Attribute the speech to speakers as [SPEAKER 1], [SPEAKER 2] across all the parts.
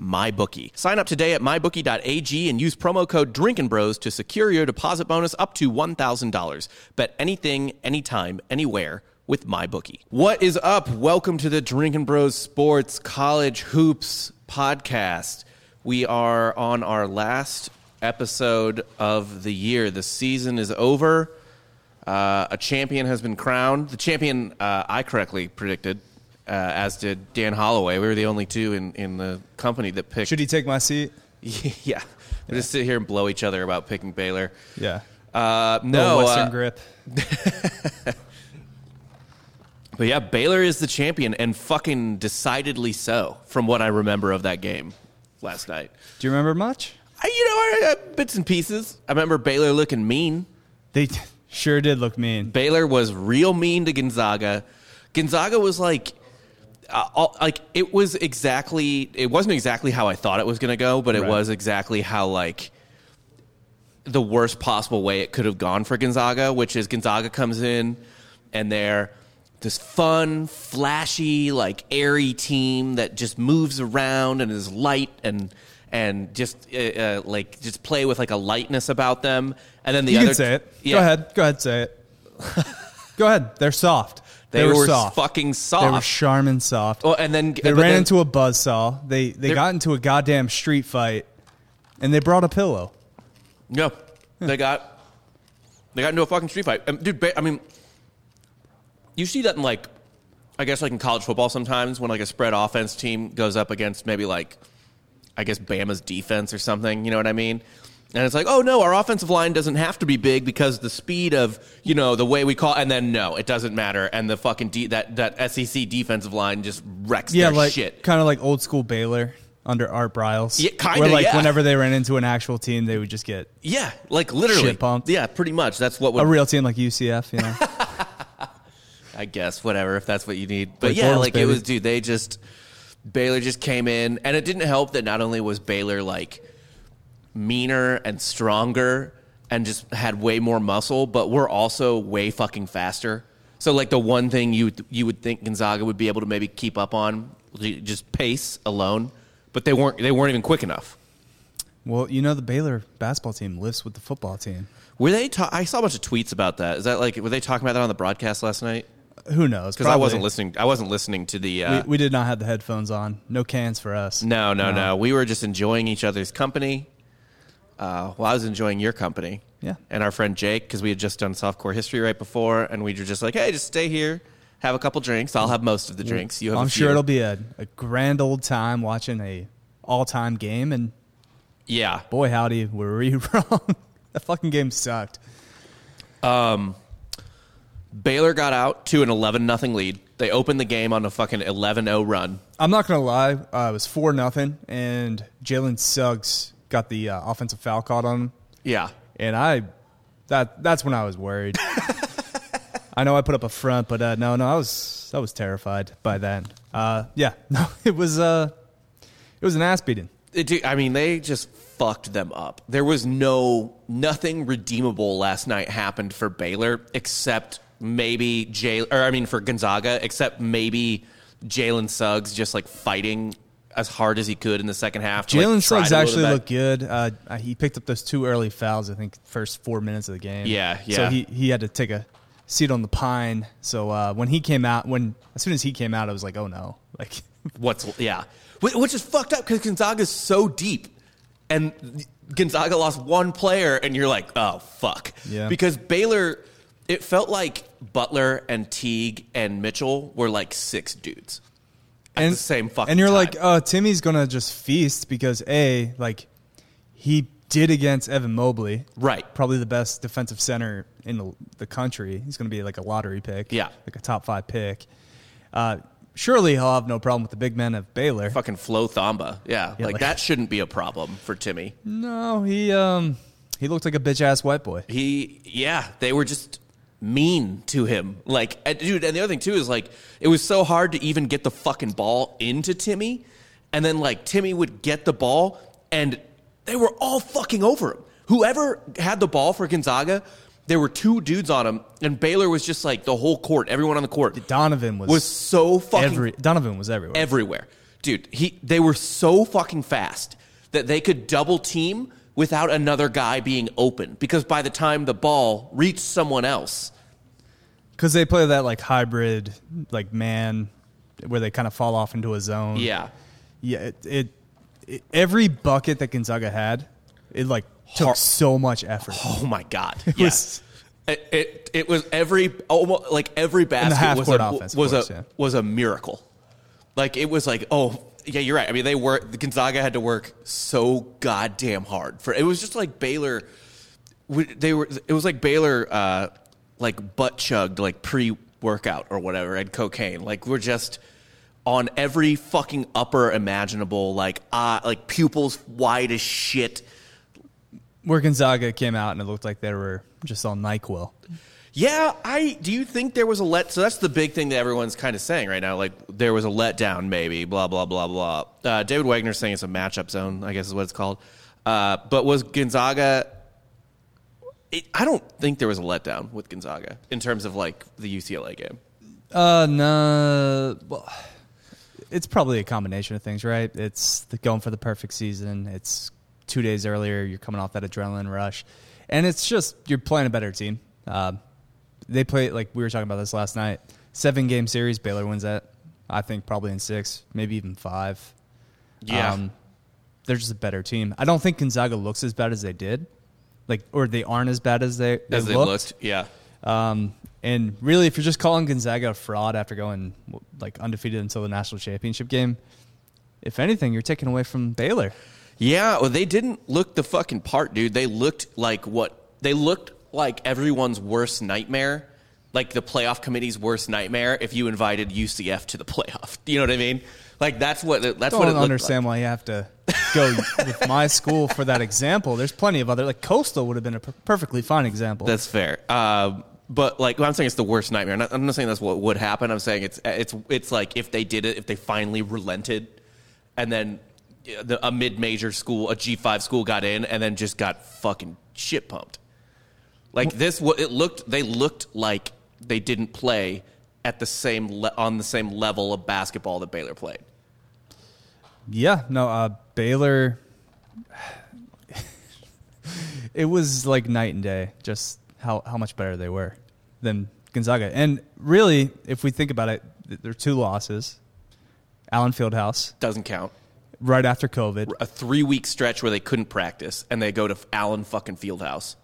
[SPEAKER 1] MyBookie. Sign up today at mybookie.ag and use promo code DRINKINBROS to secure your deposit bonus up to $1,000. Bet anything, anytime, anywhere with MyBookie. What is up? Welcome to the Drinkin' Bros Sports College Hoops podcast. We are on our last episode of the year. The season is over. Uh, a champion has been crowned. The champion uh, I correctly predicted, uh, as did Dan Holloway. We were the only two in, in the company that picked.
[SPEAKER 2] Should he take my seat?
[SPEAKER 1] yeah, we just sit here and blow each other about picking Baylor.
[SPEAKER 2] Yeah.
[SPEAKER 1] Uh,
[SPEAKER 2] Little
[SPEAKER 1] no,
[SPEAKER 2] Western
[SPEAKER 1] uh,
[SPEAKER 2] grip.
[SPEAKER 1] But yeah, Baylor is the champion and fucking decidedly so from what I remember of that game last night.
[SPEAKER 2] Do you remember much?
[SPEAKER 1] I, you know, I, I, bits and pieces. I remember Baylor looking mean.
[SPEAKER 2] They t- sure did look mean.
[SPEAKER 1] Baylor was real mean to Gonzaga. Gonzaga was like, uh, all, like it was exactly. It wasn't exactly how I thought it was going to go, but it
[SPEAKER 2] Right.
[SPEAKER 1] was exactly how like the worst possible way it could have gone for Gonzaga, which is Gonzaga comes in and they're this fun, flashy, like airy team that just moves around and is light and and just uh, uh, like just play with like a lightness about them. And then the
[SPEAKER 2] you
[SPEAKER 1] other
[SPEAKER 2] can say it.
[SPEAKER 1] Yeah.
[SPEAKER 2] Go ahead. Go ahead. Say it. Go ahead. They're soft.
[SPEAKER 1] They,
[SPEAKER 2] were,
[SPEAKER 1] were,
[SPEAKER 2] soft.
[SPEAKER 1] fucking
[SPEAKER 2] They were
[SPEAKER 1] soft.
[SPEAKER 2] Charmin soft.
[SPEAKER 1] well, and then
[SPEAKER 2] they ran into a buzzsaw. They they
[SPEAKER 1] They're-
[SPEAKER 2] got into a goddamn street fight, and they brought a pillow.
[SPEAKER 1] no. They got they got into a fucking street fight, um, dude. Ba- I mean, you see that in like, I guess like in college football sometimes when like a spread offense team goes up against maybe like, I guess Bama's defense or something. You know what I mean? And it's like, oh no, our offensive line doesn't have to be big because the speed of you know the way we call, and then no, it doesn't matter. And the fucking de- that that SEC defensive line just wrecks
[SPEAKER 2] Yeah,
[SPEAKER 1] their
[SPEAKER 2] like
[SPEAKER 1] shit.
[SPEAKER 2] kind of like old school Baylor under Art Briles.
[SPEAKER 1] Yeah, kinda,
[SPEAKER 2] Where like
[SPEAKER 1] yeah.
[SPEAKER 2] whenever they ran into an actual team, they would just get
[SPEAKER 1] Yeah, like literally.
[SPEAKER 2] Shit pumped.
[SPEAKER 1] Yeah, pretty much. That's what would
[SPEAKER 2] a real team like UCF. You know,
[SPEAKER 1] I guess whatever if that's what you need. But
[SPEAKER 2] Blake
[SPEAKER 1] yeah,
[SPEAKER 2] Bortles,
[SPEAKER 1] like it
[SPEAKER 2] baby.
[SPEAKER 1] was dude, they just Baylor just came in and it didn't help that not only was Baylor like meaner and stronger and just had way more muscle, but we're also way fucking faster. So like the one thing you you would think Gonzaga would be able to maybe keep up on just pace alone, but they weren't they weren't even quick enough.
[SPEAKER 2] well, you know the Baylor basketball team lives with the football team.
[SPEAKER 1] Were they ta- I saw a bunch of tweets about that. Is that like were they talking about that on the broadcast last night?
[SPEAKER 2] Who knows?
[SPEAKER 1] Because I
[SPEAKER 2] Probably.
[SPEAKER 1] wasn't listening. I wasn't listening to the.
[SPEAKER 2] We,
[SPEAKER 1] Uh,
[SPEAKER 2] we did not have the headphones on. No cans for us.
[SPEAKER 1] no, no, no, We were just enjoying each other's company. Uh, well, I was enjoying your company.
[SPEAKER 2] Yeah.
[SPEAKER 1] And our friend Jake, because we had just done softcore history right before, and we were just like, "Hey, just stay here, have a couple drinks. I'll have most of the drinks. You have."
[SPEAKER 2] Mm. I'm
[SPEAKER 1] a
[SPEAKER 2] sure
[SPEAKER 1] few."
[SPEAKER 2] it'll be a, a grand old time watching a all time game. And
[SPEAKER 1] Yeah.
[SPEAKER 2] boy, howdy, were we wrong. that fucking game sucked.
[SPEAKER 1] Baylor got out to an 11 nothing lead. They opened the game on a fucking 11-0 run.
[SPEAKER 2] I'm not gonna lie. Uh, it was four nothing, and Jalen Suggs got the uh, offensive foul caught on him,
[SPEAKER 1] Yeah.
[SPEAKER 2] and I that that's when I was worried. I know I put up a front, but uh, no, no, I was I was terrified by that. Uh, yeah, no, it was uh, it was an ass beating.
[SPEAKER 1] It, do- I mean, they just fucked them up. There was no nothing redeemable last night happened for Baylor except maybe Jay or I mean for Gonzaga except maybe Jalen Suggs just like fighting as hard as he could in the second half. to, like,
[SPEAKER 2] Jalen
[SPEAKER 1] try
[SPEAKER 2] Suggs
[SPEAKER 1] to win
[SPEAKER 2] actually
[SPEAKER 1] it back.
[SPEAKER 2] looked good. Uh, uh, he picked up those two early fouls. I think first four minutes of the game.
[SPEAKER 1] Yeah, yeah.
[SPEAKER 2] So he, he had to take a seat on the pine. So uh, when he came out, when as soon as he came out, I was like, oh no, like
[SPEAKER 1] What's yeah, Wh- which is fucked up because Gonzaga's so deep, and Gonzaga lost one player, and you're like, oh fuck,
[SPEAKER 2] Yeah.
[SPEAKER 1] Because Baylor, it felt like Butler and Teague and Mitchell were like six dudes at the same fucking.
[SPEAKER 2] And you're
[SPEAKER 1] time.
[SPEAKER 2] like, uh, Timmy's gonna just feast because a like he did against Evan Mobley,
[SPEAKER 1] Right.
[SPEAKER 2] Probably the best defensive center in the, the country. He's gonna be like a lottery pick,
[SPEAKER 1] Yeah.
[SPEAKER 2] like a top five pick. Uh, surely he'll have no problem with the big men of Baylor.
[SPEAKER 1] fucking Flo Thamba, yeah, like,
[SPEAKER 2] like-
[SPEAKER 1] that shouldn't be a problem for Timmy.
[SPEAKER 2] No, he um He looked like a bitch ass white boy.
[SPEAKER 1] He, yeah, they were just mean to him. Like, and dude, and the other thing too is like, it was so hard to even get the fucking ball into Timmy. And then, like, Timmy would get the ball, and they were all fucking over him. Whoever had the ball for Gonzaga, there were two dudes on him, and Baylor was just like the whole court, everyone on the court
[SPEAKER 2] Donovan was,
[SPEAKER 1] was so fucking
[SPEAKER 2] every Donovan was everywhere.
[SPEAKER 1] everywhere. Dude, he they were so fucking fast that they could double team without another guy being open because by the time the ball reached someone else,
[SPEAKER 2] Because they play that like hybrid, like man, where they kind of fall off into a zone.
[SPEAKER 1] yeah.
[SPEAKER 2] yeah. It, it, it- every bucket that Gonzaga had, it like took
[SPEAKER 1] Har-
[SPEAKER 2] so much effort.
[SPEAKER 1] Oh my god.
[SPEAKER 2] It
[SPEAKER 1] Yes.
[SPEAKER 2] was-
[SPEAKER 1] It, it it was every almost like every basket was
[SPEAKER 2] half-court
[SPEAKER 1] a
[SPEAKER 2] offense, of
[SPEAKER 1] was
[SPEAKER 2] course,
[SPEAKER 1] a
[SPEAKER 2] yeah.
[SPEAKER 1] was a miracle. Like it was like oh yeah you're right. I mean they were Gonzaga had to work so goddamn hard for it was just like Baylor. we- They were it was like Baylor uh, like butt chugged like pre workout or whatever and cocaine. Like we're just on every fucking upper imaginable like uh, like pupils wide as shit.
[SPEAKER 2] Where Gonzaga came out and it looked like they were just on Nyquil.
[SPEAKER 1] Yeah, I do you think there was a let so that's the big thing that everyone's kind of saying right now like there was a letdown maybe blah blah blah blah. Uh, David Wagner's saying it's a matchup zone, I guess is what it's called. Uh, but was Gonzaga it, I don't think there was a letdown with Gonzaga in terms of like the UCLA game.
[SPEAKER 2] Uh, no. Well, it's probably a combination of things, right? It's the going for the perfect season. It's two days earlier. You're coming off that adrenaline rush, and it's just you're playing a better team. Um, they play like we were talking about this last night. Seven game series. Baylor wins that. I think probably in six, maybe even five. Um, they're just a better team. I don't think Gonzaga looks as bad as they did, like or they aren't as bad as they,
[SPEAKER 1] as they looked.
[SPEAKER 2] looked.
[SPEAKER 1] Yeah.
[SPEAKER 2] Um, and really, if you're just calling Gonzaga a fraud after going like undefeated until the national championship game, if anything, you're taking away from Baylor.
[SPEAKER 1] Yeah, well, they didn't look the fucking part, dude. They looked like what they looked like everyone's worst nightmare, like the playoff committee's worst nightmare. If you invited UCF to the playoff, you know what I mean? Like that's what it- that's
[SPEAKER 2] I
[SPEAKER 1] what it
[SPEAKER 2] don't
[SPEAKER 1] looked
[SPEAKER 2] understand why you have to go with my school for that example. There's plenty of other like Coastal would have been a per- perfectly fine example.
[SPEAKER 1] Like. That's fair. Um, but like I'm saying, it's the worst nightmare. Not- I'm not saying that's what would happen. I'm saying it's it's it's like if they did it, if they finally relented, and then yeah, the, a mid-major school, a G5 school, got in, and then just got fucking shit pumped. Like this, what it looked, they looked like they didn't play at the same le- on the same level of basketball that Baylor played.
[SPEAKER 2] yeah, no, uh, Baylor. it was like night and day, just how how much better they were than Gonzaga. And really, if we think about it, th- there are two losses. Allen Fieldhouse,
[SPEAKER 1] Doesn't count.
[SPEAKER 2] right after COVID.
[SPEAKER 1] A three-week stretch where they couldn't practice, and they go to Allen fucking Fieldhouse.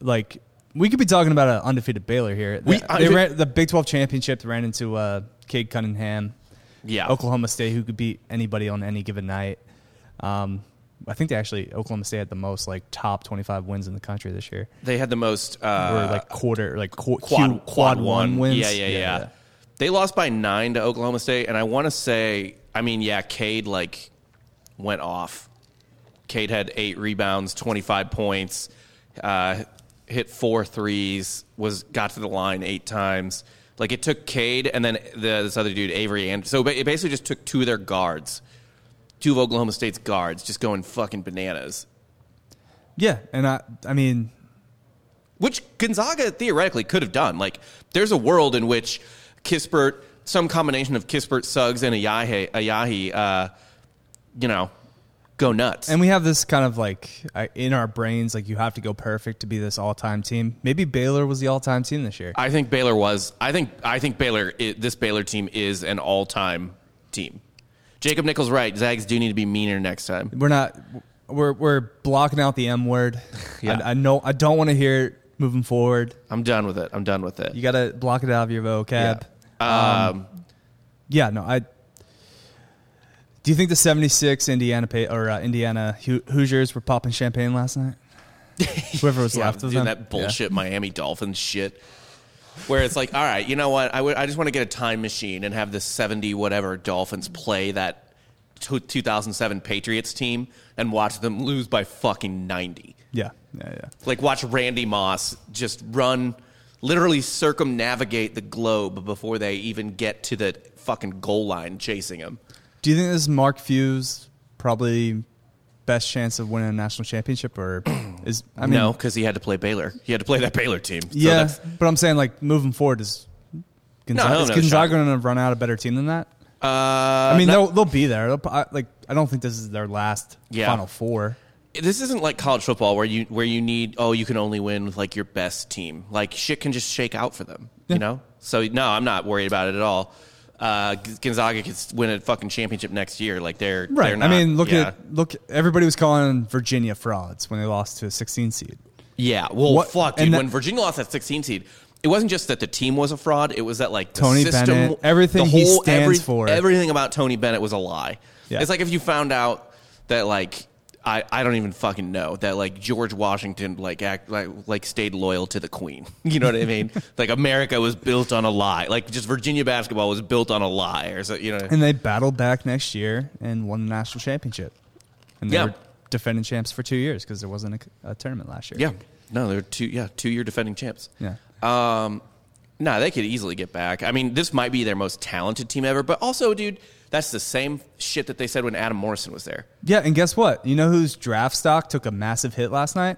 [SPEAKER 2] Like we could be talking about an undefeated Baylor here.
[SPEAKER 1] We-
[SPEAKER 2] they,
[SPEAKER 1] I-
[SPEAKER 2] they ran the Big Twelve championship. Ran into uh, Cade Cunningham,
[SPEAKER 1] Yeah,
[SPEAKER 2] Oklahoma State, who could beat anybody on any given night. Um, I think they actually Oklahoma State had the most like top twenty five wins in the country this year,
[SPEAKER 1] they had the most uh,
[SPEAKER 2] or like quarter like qu-
[SPEAKER 1] quad,
[SPEAKER 2] Q-
[SPEAKER 1] quad one. Yeah, yeah, yeah, They lost by nine to Oklahoma State, and I want to say, I mean, yeah, Cade like went off. Cade had eight rebounds, twenty five points, uh, hit four threes, was got to the line eight times. Like it took Cade and then the, this other dude Avery, and so ba- it basically just took two of their guards, two of Oklahoma State's guards, just going fucking bananas.
[SPEAKER 2] Yeah, and I I mean
[SPEAKER 1] which Gonzaga theoretically could have done. Like, there's a world in which Kispert, some combination of Kispert, Suggs, and Ayahe, Ayahi, uh, you know, go nuts.
[SPEAKER 2] And we have this kind of like I- in our brains, like you have to go perfect to be this all-time team. Maybe Baylor was the all-time team this year.
[SPEAKER 1] I think Baylor was. I think. I think Baylor. i this Baylor team is an all-time team. Jacob Nichols right. Zags do need to be meaner next time.
[SPEAKER 2] We're not. We're we're blocking out the M word.
[SPEAKER 1] Yeah.
[SPEAKER 2] I, I know. I don't want to hear it moving forward.
[SPEAKER 1] I'm done with it. I'm done with it.
[SPEAKER 2] You got to block it out of your vocab.
[SPEAKER 1] Um,
[SPEAKER 2] Yeah. No. I. Do you think the '76 Indiana pa- or uh, Indiana Hoo- Hoosiers were popping champagne last night? Whoever was
[SPEAKER 1] Yeah,
[SPEAKER 2] left of
[SPEAKER 1] doing
[SPEAKER 2] them.
[SPEAKER 1] that
[SPEAKER 2] Yeah.
[SPEAKER 1] bullshit Miami Dolphins shit. Where it's like, all right, you know what? I would- I just want to get a time machine and have the 70 whatever Dolphins play that t- 2007 Patriots team and watch them lose by fucking 90.
[SPEAKER 2] Yeah, yeah, yeah.
[SPEAKER 1] Like watch Randy Moss just run, literally circumnavigate the globe before they even get to the fucking goal line chasing him.
[SPEAKER 2] Do you think this is Mark Few's probably best chance of winning a national championship, or is I mean
[SPEAKER 1] no, because he had to play Baylor. He had to play that Baylor team. So
[SPEAKER 2] yeah,
[SPEAKER 1] that's-
[SPEAKER 2] but I'm saying like moving forward is Gonzaga,
[SPEAKER 1] No, no,
[SPEAKER 2] is
[SPEAKER 1] no
[SPEAKER 2] Gonzaga
[SPEAKER 1] shot.
[SPEAKER 2] going to run out a better team than that?
[SPEAKER 1] uh,
[SPEAKER 2] I mean,
[SPEAKER 1] no-
[SPEAKER 2] they'll they'll be there. They'll, pro- I, like I don't think this is their last
[SPEAKER 1] Yeah.
[SPEAKER 2] Final Four.
[SPEAKER 1] this isn't like college football where you where you need oh you can only win with like your best team like shit can just shake out for them you know so no I'm not worried about it at all uh, G- Gonzaga could s- win a fucking championship next year like they're
[SPEAKER 2] Right.
[SPEAKER 1] they're not,
[SPEAKER 2] I mean, look
[SPEAKER 1] yeah.
[SPEAKER 2] at look. Everybody was calling Virginia frauds when they lost to a 16 seed.
[SPEAKER 1] yeah well
[SPEAKER 2] What-
[SPEAKER 1] fuck
[SPEAKER 2] and
[SPEAKER 1] dude
[SPEAKER 2] that-
[SPEAKER 1] when Virginia lost that 16 seed it wasn't just that the team was a fraud it was that like the
[SPEAKER 2] Tony
[SPEAKER 1] system,
[SPEAKER 2] Bennett, everything
[SPEAKER 1] the
[SPEAKER 2] he
[SPEAKER 1] whole-
[SPEAKER 2] stands
[SPEAKER 1] every-
[SPEAKER 2] for.
[SPEAKER 1] everything about Tony Bennett was a lie
[SPEAKER 2] Yeah.
[SPEAKER 1] it's like if you found out that like. I, I don't even fucking know that like George Washington like act like like stayed loyal to the Queen. You know what I mean? like America was built on a lie. Like just Virginia basketball was built on a lie, or so you know.
[SPEAKER 2] And they battled back next year and won the national championship. And they
[SPEAKER 1] Yeah.
[SPEAKER 2] were defending champs for two years because there wasn't a, a tournament last year.
[SPEAKER 1] Yeah, no, they're two yeah two year defending champs.
[SPEAKER 2] Yeah.
[SPEAKER 1] Um, no, they could easily get back. I mean, this might be their most talented team ever, but also, dude, that's the same shit that they said when Adam Morrison was there.
[SPEAKER 2] Yeah. And guess what? You know whose draft stock took a massive hit last night?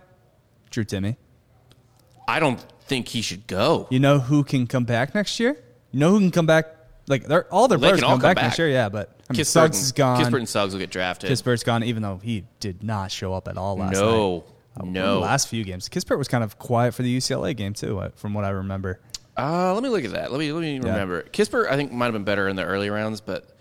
[SPEAKER 2] Drew Timmy.
[SPEAKER 1] I don't think he should go.
[SPEAKER 2] You know who can come back next year? You know who can come back? Like they're all their
[SPEAKER 1] They
[SPEAKER 2] players
[SPEAKER 1] can
[SPEAKER 2] come,
[SPEAKER 1] all come
[SPEAKER 2] back, next
[SPEAKER 1] back.
[SPEAKER 2] year. Yeah, but I mean,
[SPEAKER 1] Kispert
[SPEAKER 2] Suggs
[SPEAKER 1] and-
[SPEAKER 2] is gone.
[SPEAKER 1] Kispert and Suggs will get drafted.
[SPEAKER 2] Kispert's gone, even though he did not show up at all last night.
[SPEAKER 1] no,
[SPEAKER 2] One of
[SPEAKER 1] no.
[SPEAKER 2] The last few games. Kispert was kind of quiet for the UCLA game, too, uh, from what I remember.
[SPEAKER 1] Uh, let me look at that. Let me let me remember. Kispert, I think, might have been better in the early rounds, but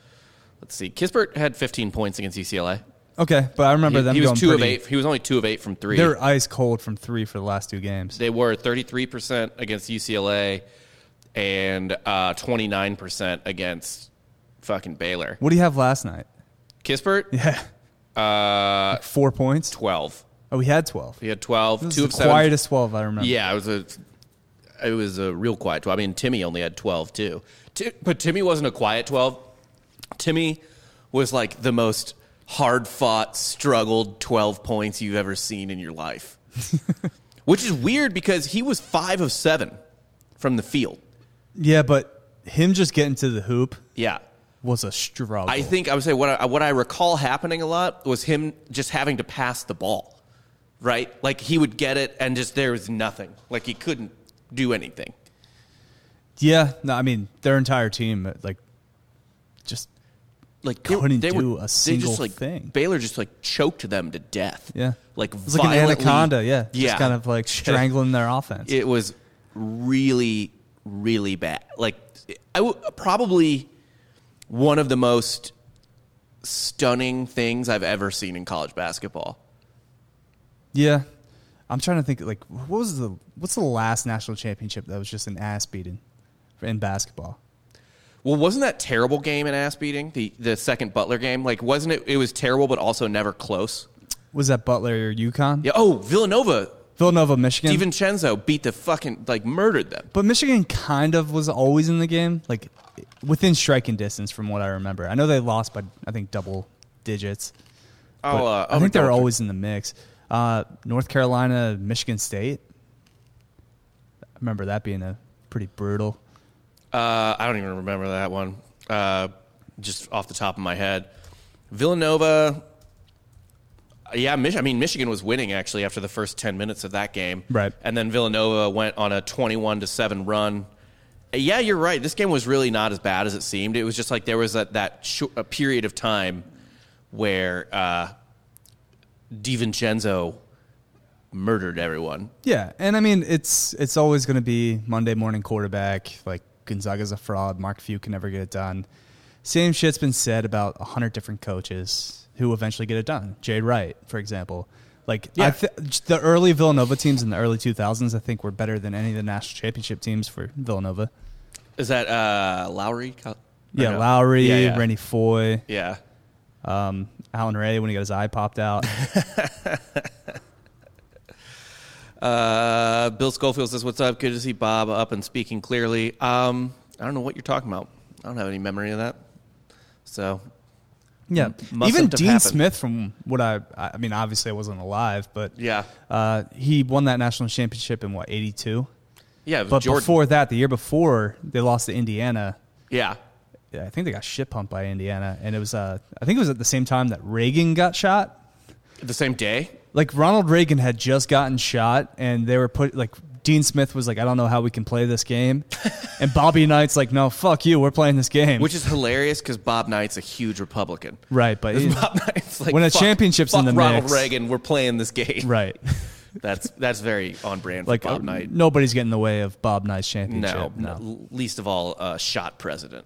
[SPEAKER 1] let's see. Kispert had 15 points against E UCLA.
[SPEAKER 2] Okay, but I remember
[SPEAKER 1] He,
[SPEAKER 2] them
[SPEAKER 1] he was
[SPEAKER 2] going
[SPEAKER 1] two of
[SPEAKER 2] pretty-
[SPEAKER 1] eight. He was only two of eight from three.
[SPEAKER 2] They were ice cold from three for the last two games.
[SPEAKER 1] They were 33% against UCLA and uh, 29% against fucking Baylor.
[SPEAKER 2] What do you have last night?
[SPEAKER 1] Kispert,
[SPEAKER 2] Yeah,
[SPEAKER 1] uh,
[SPEAKER 2] four points.
[SPEAKER 1] 12.
[SPEAKER 2] Oh, we had twelve.
[SPEAKER 1] He had 12,
[SPEAKER 2] This
[SPEAKER 1] two
[SPEAKER 2] is
[SPEAKER 1] of
[SPEAKER 2] the
[SPEAKER 1] seven.
[SPEAKER 2] quietest twelve I remember.
[SPEAKER 1] Yeah, it was a it was a real quiet 12. I mean, Timmy only had 12 too. Ti- but Timmy wasn't a quiet 12. Timmy was like the most hard-fought, struggled 12 points you've ever seen in your life. Which is weird because he was 5 of 7 from the field.
[SPEAKER 2] yeah, but him just getting to the hoop
[SPEAKER 1] Yeah.
[SPEAKER 2] was a struggle.
[SPEAKER 1] I think I would say what I, what I recall happening a lot was him just having to pass the ball, right? Like he would get it and just there was nothing. Like he couldn't do anything.
[SPEAKER 2] yeah, no, I mean their entire team, like, just
[SPEAKER 1] Like
[SPEAKER 2] Couldn't
[SPEAKER 1] they, they
[SPEAKER 2] do
[SPEAKER 1] were,
[SPEAKER 2] a
[SPEAKER 1] they
[SPEAKER 2] single
[SPEAKER 1] just, like,
[SPEAKER 2] thing.
[SPEAKER 1] Baylor just like choked them to death.
[SPEAKER 2] yeah,
[SPEAKER 1] like
[SPEAKER 2] it was like an
[SPEAKER 1] violently-
[SPEAKER 2] anaconda. Yeah,
[SPEAKER 1] yeah,
[SPEAKER 2] just kind of like strangling their offense.
[SPEAKER 1] It was really, really bad. Like I w- probably one of the most stunning things I've ever seen in college basketball.
[SPEAKER 2] yeah, I'm trying to think. Like, what was the what's the last national championship that was just an ass beating in basketball?
[SPEAKER 1] Well, wasn't that terrible game in ass beating the the second Butler game? Like, wasn't it? It was terrible, but also never close.
[SPEAKER 2] Was that Butler or UConn?
[SPEAKER 1] Yeah. Oh, Villanova,
[SPEAKER 2] Villanova, Michigan.
[SPEAKER 1] Divincenzo beat the fucking like murdered them.
[SPEAKER 2] But Michigan kind of was always in the game, like within striking distance from what I remember. I know they lost by I think double digits. but
[SPEAKER 1] Oh, uh,
[SPEAKER 2] I think they were
[SPEAKER 1] overindulge.
[SPEAKER 2] always in the mix. Uh, North Carolina, Michigan State. I remember that being a pretty brutal.
[SPEAKER 1] Uh, I don't even remember that one. Uh, just off the top of my head, Villanova. Yeah, Mich- I mean Michigan was winning actually after the first ten minutes of that game,
[SPEAKER 2] Right.
[SPEAKER 1] And then Villanova went on a twenty-one to seven run. Uh, Yeah, you're right. This game was really not as bad as it seemed. It was just like there was that that short, a period of time where uh, Divincenzo murdered everyone.
[SPEAKER 2] Yeah, and I mean it's it's always going to be Monday morning quarterback. Like Gonzaga's a fraud. Mark Few can never get it done. Same shit's been said about a hundred different coaches who eventually get it done. Jay Wright, for example. Like I
[SPEAKER 1] Yeah.
[SPEAKER 2] th- the early Villanova teams in the early 2000s, I think were better than any of the national championship teams for Villanova.
[SPEAKER 1] Is that uh, Lowry? Col- or
[SPEAKER 2] Yeah,
[SPEAKER 1] no?
[SPEAKER 2] Lowry,
[SPEAKER 1] Yeah, yeah.
[SPEAKER 2] Randy Foy,
[SPEAKER 1] Yeah.
[SPEAKER 2] um, Alan Ray when he got his eye popped out.
[SPEAKER 1] Uh, Bill Schofield says, "What's up? Good to see Bob up and speaking clearly." Um, I don't know what you're talking about. I don't have any memory of that. So
[SPEAKER 2] Yeah,
[SPEAKER 1] must
[SPEAKER 2] even
[SPEAKER 1] have to
[SPEAKER 2] Dean
[SPEAKER 1] happen.
[SPEAKER 2] Smith, from what I, I mean, obviously I wasn't alive, but
[SPEAKER 1] Yeah.
[SPEAKER 2] uh, he won that national championship in what eighty two.
[SPEAKER 1] Yeah, it was
[SPEAKER 2] But
[SPEAKER 1] Jordan.
[SPEAKER 2] before that, the year before, they lost to Indiana.
[SPEAKER 1] yeah,
[SPEAKER 2] Yeah, I think they got shit pumped by Indiana, and it was uh, I think it was at the same time that Reagan got shot.
[SPEAKER 1] the same day.
[SPEAKER 2] Like Ronald Reagan had just gotten shot, and they were put like Dean Smith was like, I don't know how we can play this game, and Bobby Knight's like, No, fuck you, we're playing this game.
[SPEAKER 1] Which is hilarious because Bob Knight's a huge Republican.
[SPEAKER 2] right, but
[SPEAKER 1] Bob Knight's like
[SPEAKER 2] When a
[SPEAKER 1] fuck-
[SPEAKER 2] championship's in
[SPEAKER 1] fuck
[SPEAKER 2] the
[SPEAKER 1] Ronald
[SPEAKER 2] mix.
[SPEAKER 1] Reagan, we're playing this game.
[SPEAKER 2] right,
[SPEAKER 1] That's that's very on brand for
[SPEAKER 2] like
[SPEAKER 1] Bob
[SPEAKER 2] uh,
[SPEAKER 1] Knight.
[SPEAKER 2] nobody's getting in the way of Bob Knight's championship.
[SPEAKER 1] No, no, least of all, uh, shot president.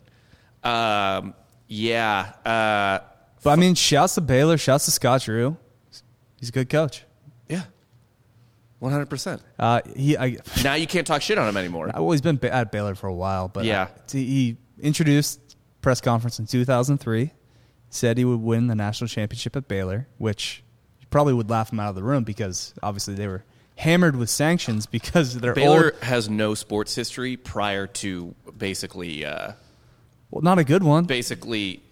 [SPEAKER 1] Um, yeah, uh,
[SPEAKER 2] But I mean, shouts to Baylor, shouts to Scott Drew. He's a good coach.
[SPEAKER 1] yeah, one hundred percent.
[SPEAKER 2] Uh, he, I,
[SPEAKER 1] Now you can't talk shit on him anymore.
[SPEAKER 2] I've always been ba- at Baylor for a while, but
[SPEAKER 1] Yeah.
[SPEAKER 2] I- he introduced press conference in 2003, said he would win the national championship at Baylor, which you probably would laugh him out of the room because obviously they were hammered with sanctions because they're
[SPEAKER 1] Baylor
[SPEAKER 2] old.
[SPEAKER 1] has no sports history prior to basically, uh,
[SPEAKER 2] Well, not a good one.
[SPEAKER 1] basically.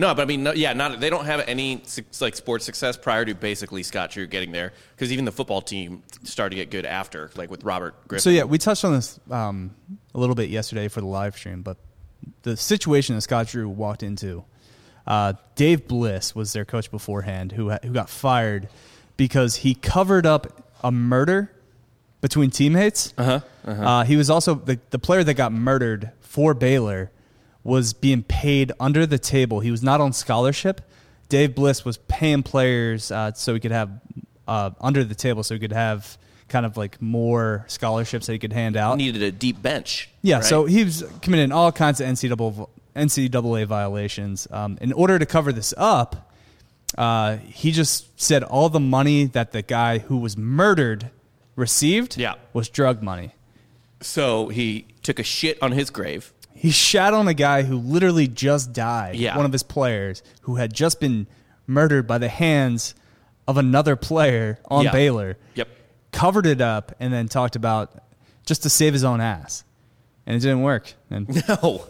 [SPEAKER 1] No, but I mean, no, yeah, not they don't have any su- like sports success prior to basically Scott Drew getting there because even the football team started to get good after, like with Robert Griffin.
[SPEAKER 2] So yeah, we touched on this um, a little bit yesterday for the live stream, but the situation that Scott Drew walked into, uh, Dave Bliss was their coach beforehand, who who got fired because he covered up a murder between teammates. Uh-huh, he was also the the player that got murdered for Baylor was being paid under the table. He was not on scholarship. Dave Bliss was paying players uh, so he could have uh, under the table, so he could have kind of like more scholarships that he could hand out.
[SPEAKER 1] needed a deep bench.
[SPEAKER 2] Yeah,
[SPEAKER 1] right?
[SPEAKER 2] so he was committing all kinds of NCAA, vi- NCAA violations. Um, in order to cover this up, uh, he just said all the money that the guy who was murdered received
[SPEAKER 1] Yeah.
[SPEAKER 2] was drug money.
[SPEAKER 1] so he took a shit on his grave.
[SPEAKER 2] He shat on a guy who literally just died,
[SPEAKER 1] Yeah.
[SPEAKER 2] one of his players, who had just been murdered by the hands of another player on
[SPEAKER 1] Yeah.
[SPEAKER 2] Baylor.
[SPEAKER 1] Yep.
[SPEAKER 2] Covered it up and then talked about just to save his own ass. And it didn't work. And
[SPEAKER 1] No,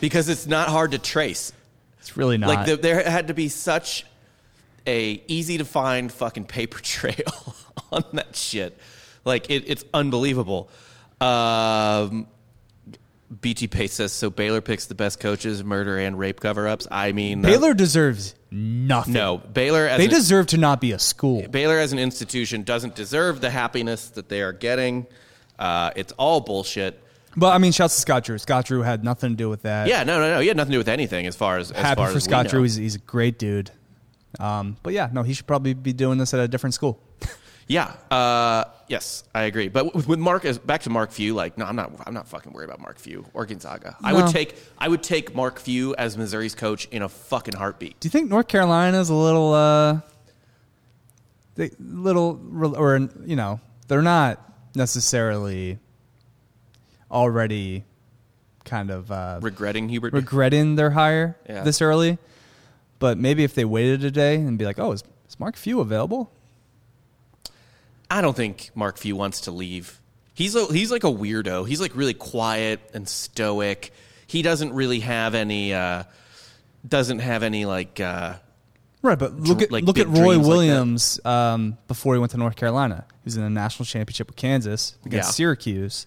[SPEAKER 1] because it's not hard to trace.
[SPEAKER 2] it's really not.
[SPEAKER 1] Like the, there had to be such a easy to find fucking paper trail on that shit. Like it, it's unbelievable. Um, BT Pace says so. Baylor picks the best coaches, murder and rape cover ups. I mean, that-
[SPEAKER 2] Baylor deserves nothing.
[SPEAKER 1] No, Baylor as
[SPEAKER 2] They
[SPEAKER 1] an,
[SPEAKER 2] deserve to not be a school.
[SPEAKER 1] Baylor as an institution doesn't deserve the happiness that they are getting. Uh, it's all bullshit.
[SPEAKER 2] But I mean, shouts to Scott Drew. Scott Drew had nothing to do with that.
[SPEAKER 1] Yeah, no, no, no. He had nothing to do with anything as far as as
[SPEAKER 2] Happy
[SPEAKER 1] far
[SPEAKER 2] for
[SPEAKER 1] as we
[SPEAKER 2] Scott
[SPEAKER 1] know.
[SPEAKER 2] Drew. He's, he's a great dude. Um, but yeah, no, he should probably be doing this at a different school.
[SPEAKER 1] Yeah. Uh, yes, I agree. But with, with Mark, as- back to Mark Few. Like, no, I'm not. I'm not fucking worried about Mark Few or Gonzaga. I would
[SPEAKER 2] No.
[SPEAKER 1] take. I would take Mark Few as Missouri's coach in a fucking heartbeat.
[SPEAKER 2] Do you think North Carolina's a little, uh, they, little, rel- or you know, they're not necessarily already kind of uh,
[SPEAKER 1] Regretting Hubert.
[SPEAKER 2] regretting their hire
[SPEAKER 1] Yeah.
[SPEAKER 2] this early. But maybe if they waited a day and be like, "Oh, is, is Mark Few available?"
[SPEAKER 1] I don't think Mark Few wants to leave. He's a, he's like a weirdo. He's like really quiet and stoic. He doesn't really have any. Uh, doesn't have any like. Uh,
[SPEAKER 2] Right, but look
[SPEAKER 1] Dr-
[SPEAKER 2] at
[SPEAKER 1] like
[SPEAKER 2] look at
[SPEAKER 1] big
[SPEAKER 2] Roy
[SPEAKER 1] dreams like that.
[SPEAKER 2] Williams um, before he went to North Carolina. He was in the national championship with Kansas against
[SPEAKER 1] Yeah.
[SPEAKER 2] Syracuse.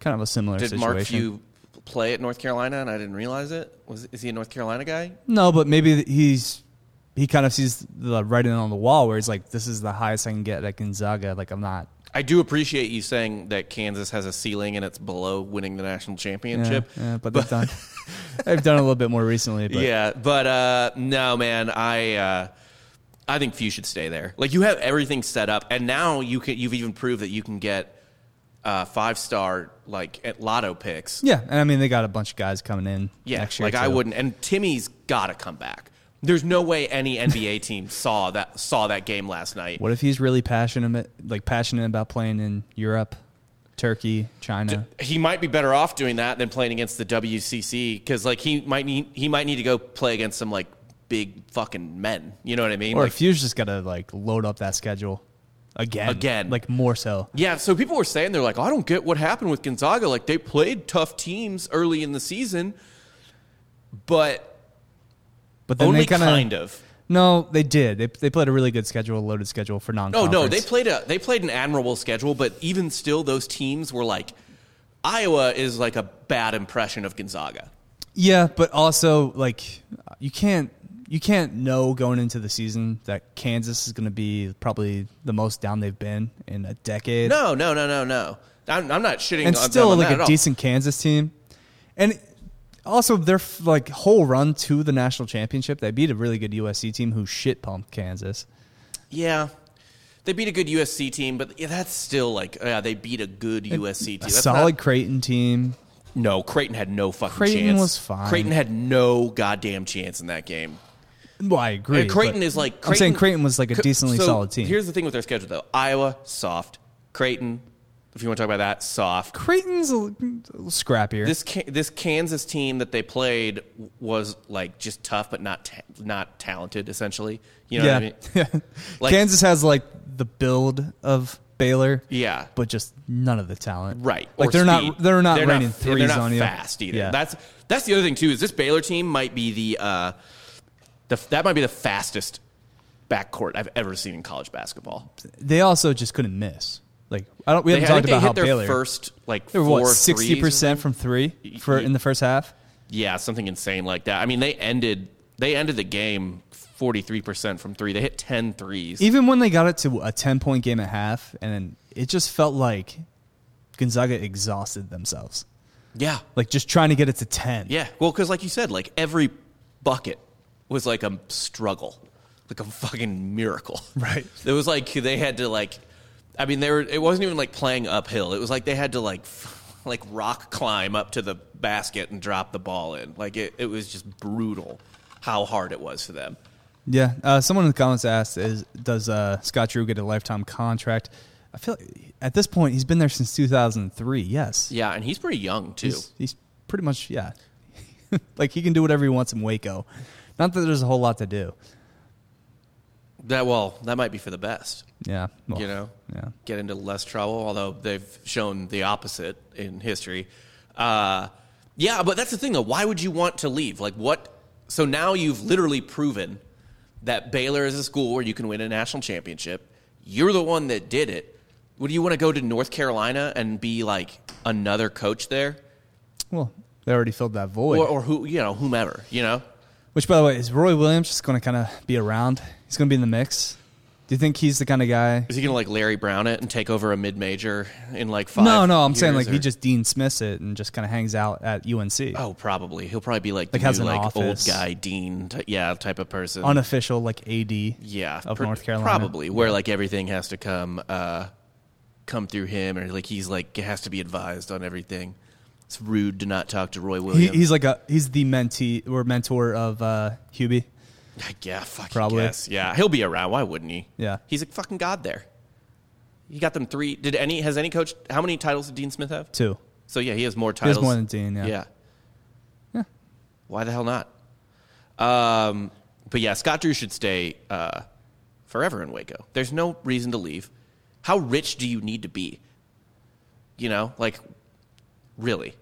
[SPEAKER 2] Kind of a similar
[SPEAKER 1] did
[SPEAKER 2] situation.
[SPEAKER 1] Mark Few play at North Carolina and I didn't realize it? Was is he a North Carolina guy?
[SPEAKER 2] No, but maybe he's he kind of sees the writing on the wall where he's like, "This is the highest I can get at Gonzaga." Like I'm not.
[SPEAKER 1] I do appreciate you saying that Kansas has a ceiling and it's below winning the national
[SPEAKER 2] Yeah,
[SPEAKER 1] championship.
[SPEAKER 2] yeah, but they've done. they've done a little bit more recently. But
[SPEAKER 1] Yeah, but uh, no, man, I uh, I think Few should stay there. Like you have everything set up, and now you can you've even proved that you can get uh, five star like at lotto picks.
[SPEAKER 2] yeah, and I mean they got a bunch of guys coming in.
[SPEAKER 1] Yeah,
[SPEAKER 2] next year
[SPEAKER 1] like I
[SPEAKER 2] too.
[SPEAKER 1] wouldn't. And Timmy's got to come back. There's no way any NBA team saw that saw that game last night.
[SPEAKER 2] What if he's really passionate, like passionate about playing in Europe, Turkey, China?
[SPEAKER 1] he might be better off doing that than playing against the WCC because like he might need he might need to go play against some like big fucking men. You know what I mean?
[SPEAKER 2] Or
[SPEAKER 1] Like,
[SPEAKER 2] if you just gotta like load up that schedule again,
[SPEAKER 1] Again.
[SPEAKER 2] like more so.
[SPEAKER 1] yeah. So people were saying they're like, I don't get what happened with Gonzaga. Like they played tough teams early in the season, but
[SPEAKER 2] But then
[SPEAKER 1] Only
[SPEAKER 2] they kind of
[SPEAKER 1] kind of.
[SPEAKER 2] no, they did. They they played a really good schedule, a loaded schedule for non.
[SPEAKER 1] Oh no, they played a they played an admirable schedule, but even still, those teams were like Iowa is like a bad impression of Gonzaga.
[SPEAKER 2] Yeah, but also like you can't you can't know going into the season that Kansas is going to be probably the most down they've been in a decade.
[SPEAKER 1] No, no, no, no, no. I'm, I'm not shitting.
[SPEAKER 2] and
[SPEAKER 1] on
[SPEAKER 2] still
[SPEAKER 1] them on that
[SPEAKER 2] like
[SPEAKER 1] at
[SPEAKER 2] a
[SPEAKER 1] all.
[SPEAKER 2] decent Kansas team, and also their like whole run to the national championship, they beat a really good USC team who shit pumped Kansas.
[SPEAKER 1] Yeah. They beat a good USC team, but yeah, that's still like yeah, they beat a good USC team.
[SPEAKER 2] A
[SPEAKER 1] That's
[SPEAKER 2] solid
[SPEAKER 1] not-
[SPEAKER 2] Creighton team.
[SPEAKER 1] no, Creighton had no fucking
[SPEAKER 2] Creighton
[SPEAKER 1] chance.
[SPEAKER 2] was fine.
[SPEAKER 1] Creighton had no goddamn chance in that game.
[SPEAKER 2] Well, I agree.
[SPEAKER 1] And Creighton
[SPEAKER 2] but
[SPEAKER 1] is like
[SPEAKER 2] I'm saying Creighton was like a
[SPEAKER 1] Cre-
[SPEAKER 2] decently
[SPEAKER 1] so
[SPEAKER 2] solid team.
[SPEAKER 1] Here's the thing with their schedule though: Iowa soft, Creighton. If you want to talk about that, soft.
[SPEAKER 2] Creighton's a l- scrappier.
[SPEAKER 1] This Ca- this Kansas team that they played was like just tough, but not ta- not talented. Essentially, you know
[SPEAKER 2] yeah,
[SPEAKER 1] what I mean?
[SPEAKER 2] yeah.
[SPEAKER 1] Like-
[SPEAKER 2] Kansas has like the build of Baylor.
[SPEAKER 1] Yeah.
[SPEAKER 2] but just none of the talent.
[SPEAKER 1] Right.
[SPEAKER 2] Like
[SPEAKER 1] or
[SPEAKER 2] they're not
[SPEAKER 1] speed.
[SPEAKER 2] they're not
[SPEAKER 1] they're
[SPEAKER 2] raining
[SPEAKER 1] not,
[SPEAKER 2] threes
[SPEAKER 1] they're not
[SPEAKER 2] on you.
[SPEAKER 1] fast either.
[SPEAKER 2] Yeah.
[SPEAKER 1] That's that's the other thing too is this Baylor team might be the uh the that might be the fastest backcourt I've ever seen in college basketball.
[SPEAKER 2] they also just couldn't miss. Like I don't. We
[SPEAKER 1] They, I think
[SPEAKER 2] haven't talked
[SPEAKER 1] they
[SPEAKER 2] about how
[SPEAKER 1] hit their
[SPEAKER 2] Baylor
[SPEAKER 1] first like
[SPEAKER 2] they were
[SPEAKER 1] four
[SPEAKER 2] what sixty percent from three for
[SPEAKER 1] Y-
[SPEAKER 2] in the first half.
[SPEAKER 1] threes. Yeah, something insane like that. I mean, they ended they ended the game 43% from 3. They hit 10 threes.
[SPEAKER 2] Even when they got it to a ten point game at half, and then it just felt like Gonzaga exhausted themselves.
[SPEAKER 1] yeah.
[SPEAKER 2] Like just trying to get it to ten.
[SPEAKER 1] Yeah. Well, cuz like you said, like every bucket was like a struggle. Like a fucking miracle.
[SPEAKER 2] Right.
[SPEAKER 1] It was like they had to like, I mean, they were. It wasn't even like playing uphill. It was like they had to like, f- like rock climb up to the basket and drop the ball in. Like it, it was just brutal how hard it was for them.
[SPEAKER 2] Yeah. Uh, someone in the comments asked, "Is does uh, Scott Drew get a lifetime contract?" I feel like at this point he's been there since 2003. Yes.
[SPEAKER 1] Yeah, and he's pretty young too.
[SPEAKER 2] He's, he's pretty much yeah. like he can do whatever he wants in Waco. Not that there's a whole lot to do.
[SPEAKER 1] that well, that might be for the best.
[SPEAKER 2] Yeah. Well,
[SPEAKER 1] You know,
[SPEAKER 2] Yeah.
[SPEAKER 1] get into less trouble. Although they've shown the opposite in history. Uh, yeah, but that's the thing though. Why would you want to leave? Like what? So now you've literally proven that Baylor is a school where you can win a national championship. You're the one that did it. Would you want to go to North Carolina and be like another coach there,
[SPEAKER 2] Well, they already filled that void.
[SPEAKER 1] or, or who you know, whomever you know?
[SPEAKER 2] Which, by the way, is Roy Williams just going to kind of be around? He's going to be in the mix. Do you think he's the kind of guy?
[SPEAKER 1] Is he gonna like Larry Brown it and take over a mid major in like five?
[SPEAKER 2] no, no. I'm saying
[SPEAKER 1] years
[SPEAKER 2] like he
[SPEAKER 1] or-
[SPEAKER 2] just Dean Smiths it and just kind of hangs out at UNC,
[SPEAKER 1] Oh, probably. He'll probably be like the
[SPEAKER 2] Like, has
[SPEAKER 1] new,
[SPEAKER 2] an
[SPEAKER 1] like old
[SPEAKER 2] office.
[SPEAKER 1] guy dean, ty yeah, type of person.
[SPEAKER 2] unofficial like AD.
[SPEAKER 1] yeah,
[SPEAKER 2] of
[SPEAKER 1] pr-
[SPEAKER 2] North Carolina,
[SPEAKER 1] probably where like everything has to come, uh, come through him, or like he's like has to be advised on everything. It's rude to not talk to Roy
[SPEAKER 2] He,
[SPEAKER 1] Williams.
[SPEAKER 2] he's like a he's the mentee or mentor of uh, Hubie.
[SPEAKER 1] I guess, fucking
[SPEAKER 2] Probably.
[SPEAKER 1] guess. Yeah, he'll be around. Why wouldn't he?
[SPEAKER 2] Yeah.
[SPEAKER 1] he's a fucking god there. He got them three. Did any has any coach? How many titles did Dean Smith have?
[SPEAKER 2] too.
[SPEAKER 1] So yeah, he has more
[SPEAKER 2] has
[SPEAKER 1] titles.
[SPEAKER 2] more than Dean, yeah. Yeah.
[SPEAKER 1] Why the hell not? Um, but yeah, Scott Drew should stay uh, forever in Waco. There's no reason to leave. How rich do you need to be? You know, like really.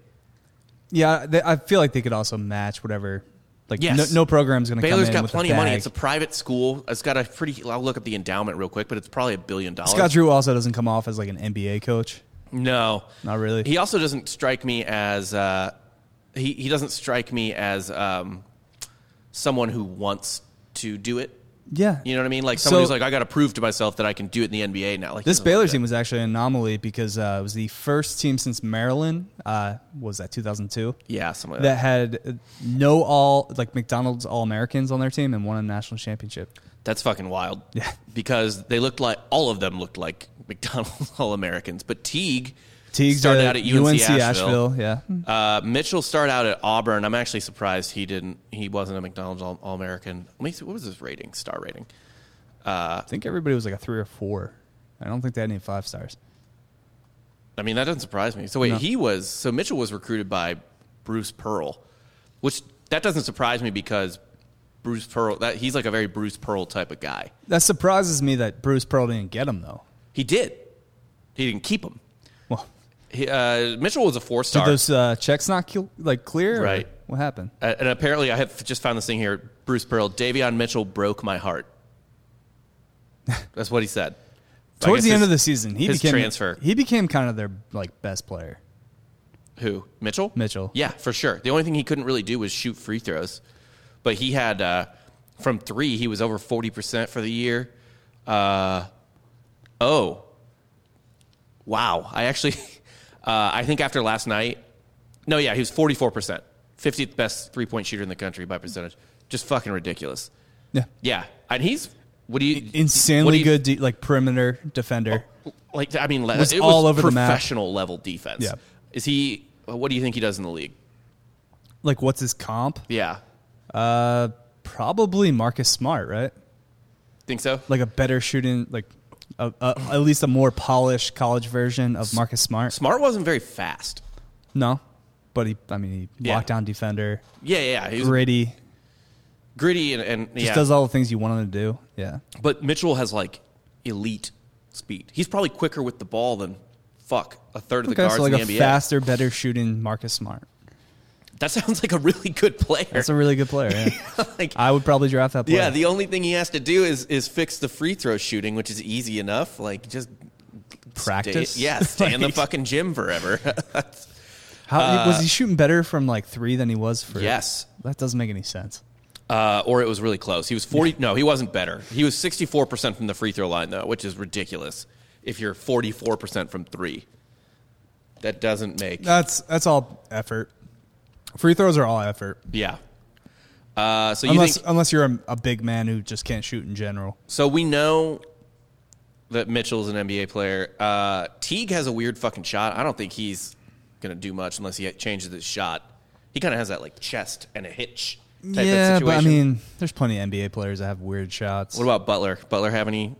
[SPEAKER 2] Yeah, they, I feel like they could also match whatever. Like
[SPEAKER 1] Yes.
[SPEAKER 2] no, no program's going to come
[SPEAKER 1] Baylor's
[SPEAKER 2] in
[SPEAKER 1] got
[SPEAKER 2] with
[SPEAKER 1] plenty
[SPEAKER 2] a
[SPEAKER 1] of money.
[SPEAKER 2] bag.
[SPEAKER 1] It's a private school. It's got a pretty. I'll look up the endowment real quick, but it's probably a billion dollars.
[SPEAKER 2] Scott Drew also doesn't come off as like an NBA coach.
[SPEAKER 1] No,
[SPEAKER 2] Not really.
[SPEAKER 1] He also doesn't strike me as uh, he he doesn't strike me as um, someone who wants to do it.
[SPEAKER 2] Yeah,
[SPEAKER 1] You know what I mean? Like someone who's
[SPEAKER 2] So-
[SPEAKER 1] like, I got to prove to myself that I can do it in the NBA now. Like he
[SPEAKER 2] This
[SPEAKER 1] doesn't
[SPEAKER 2] Baylor
[SPEAKER 1] do
[SPEAKER 2] team was actually an anomaly because uh, it was the first team since Maryland, uh, what was that 2002,
[SPEAKER 1] that. yeah, something like
[SPEAKER 2] that
[SPEAKER 1] that.
[SPEAKER 2] had no all like McDonald's All Americans on their team and won a national championship.
[SPEAKER 1] That's fucking wild.
[SPEAKER 2] Yeah.
[SPEAKER 1] because they looked like all of them looked like McDonald's All Americans, but Teague.
[SPEAKER 2] Teague
[SPEAKER 1] started
[SPEAKER 2] uh,
[SPEAKER 1] out at UNC, Asheville.
[SPEAKER 2] yeah.
[SPEAKER 1] Uh, Mitchell started out at Auburn. I'm actually surprised he didn't. He wasn't a McDonald's All American. Let me see. What was his rating? Star rating.
[SPEAKER 2] I think everybody was like a three or four. I don't think they had any five stars.
[SPEAKER 1] I mean, that doesn't surprise me. So wait, he was so Mitchell was recruited by Bruce Pearl, which that doesn't surprise me because Bruce Pearl that he's like a very Bruce Pearl type of guy.
[SPEAKER 2] That surprises me that Bruce Pearl didn't get him though.
[SPEAKER 1] He did. He didn't keep him.
[SPEAKER 2] Well,
[SPEAKER 1] He, uh, Mitchell was a four
[SPEAKER 2] Did
[SPEAKER 1] star.
[SPEAKER 2] those uh, checks not cl- like clear? or
[SPEAKER 1] Right.
[SPEAKER 2] What happened?
[SPEAKER 1] Uh, and apparently, I have just found this thing here. Bruce Pearl, Davion Mitchell broke my heart. That's what he said. So I
[SPEAKER 2] Towards
[SPEAKER 1] guess
[SPEAKER 2] the end
[SPEAKER 1] his-
[SPEAKER 2] of the season, he
[SPEAKER 1] his
[SPEAKER 2] became
[SPEAKER 1] transfer.
[SPEAKER 2] He became kind of their like best player.
[SPEAKER 1] Who? Mitchell?
[SPEAKER 2] Mitchell.
[SPEAKER 1] Yeah, for sure. The only thing he couldn't really do was shoot free throws. But he had, uh, from three, he was over 40% for the year. Uh, oh. Wow. I actually, uh, I think after last night, no, yeah, he was 44%, 50th best three point shooter in the country by percentage. Just fucking ridiculous.
[SPEAKER 2] Yeah.
[SPEAKER 1] Yeah. And he's, what do you, what do
[SPEAKER 2] Insanely
[SPEAKER 1] you-
[SPEAKER 2] good de- like perimeter defender.
[SPEAKER 1] like I mean, le-
[SPEAKER 2] Was
[SPEAKER 1] it
[SPEAKER 2] all
[SPEAKER 1] was
[SPEAKER 2] over the map.
[SPEAKER 1] professional level defense.
[SPEAKER 2] Yeah.
[SPEAKER 1] Is he? What do you think he does in the league?
[SPEAKER 2] Like what's his comp?
[SPEAKER 1] Yeah.
[SPEAKER 2] Uh probably Marcus Smart, right?
[SPEAKER 1] Think so?
[SPEAKER 2] Like a better shooting like a, a, at least a more polished college version of Marcus Smart.
[SPEAKER 1] Smart wasn't very fast.
[SPEAKER 2] No. But he I mean he
[SPEAKER 1] Yeah.
[SPEAKER 2] lockdown defender,
[SPEAKER 1] Yeah, yeah. yeah. He was
[SPEAKER 2] gritty,
[SPEAKER 1] gritty and, and
[SPEAKER 2] just
[SPEAKER 1] yeah.
[SPEAKER 2] does all the things you want him to do. Yeah.
[SPEAKER 1] but Mitchell has like elite speed. He's probably quicker with the ball than fuck a third of the
[SPEAKER 2] Okay,
[SPEAKER 1] guards
[SPEAKER 2] so like
[SPEAKER 1] in
[SPEAKER 2] a
[SPEAKER 1] the NBA.
[SPEAKER 2] faster, better shooting Marcus Smart.
[SPEAKER 1] that sounds like a really good player.
[SPEAKER 2] That's a really good player. yeah.
[SPEAKER 1] like,
[SPEAKER 2] I would probably draft that player.
[SPEAKER 1] yeah. The only thing he has to do is is fix the free throw shooting, which is easy enough. Like just
[SPEAKER 2] Practice?
[SPEAKER 1] Stay, yeah, stay in the
[SPEAKER 2] Like-
[SPEAKER 1] fucking gym forever.
[SPEAKER 2] How, was he shooting better from like three than he was for?
[SPEAKER 1] uh, yes.
[SPEAKER 2] That doesn't make any sense.
[SPEAKER 1] uh, or it was really close. He was 40. No, he wasn't better. He was 64% from the free throw line, though, which is ridiculous if you're 44% from three. That doesn't make.
[SPEAKER 2] That's that's all effort. Free throws are all effort,
[SPEAKER 1] Yeah. Uh, so you
[SPEAKER 2] unless
[SPEAKER 1] think.
[SPEAKER 2] unless you're a, a big man who just can't shoot in general.
[SPEAKER 1] So we know that Mitchell's an NBA player. Uh, Teague has a weird fucking shot. I don't think he's going to do much unless he changes his shot. He kind of has that like chest and a hitch type of
[SPEAKER 2] yeah,
[SPEAKER 1] situation.
[SPEAKER 2] but I mean, there's plenty of NBA players that have weird shots.
[SPEAKER 1] what about Butler? Butler have any.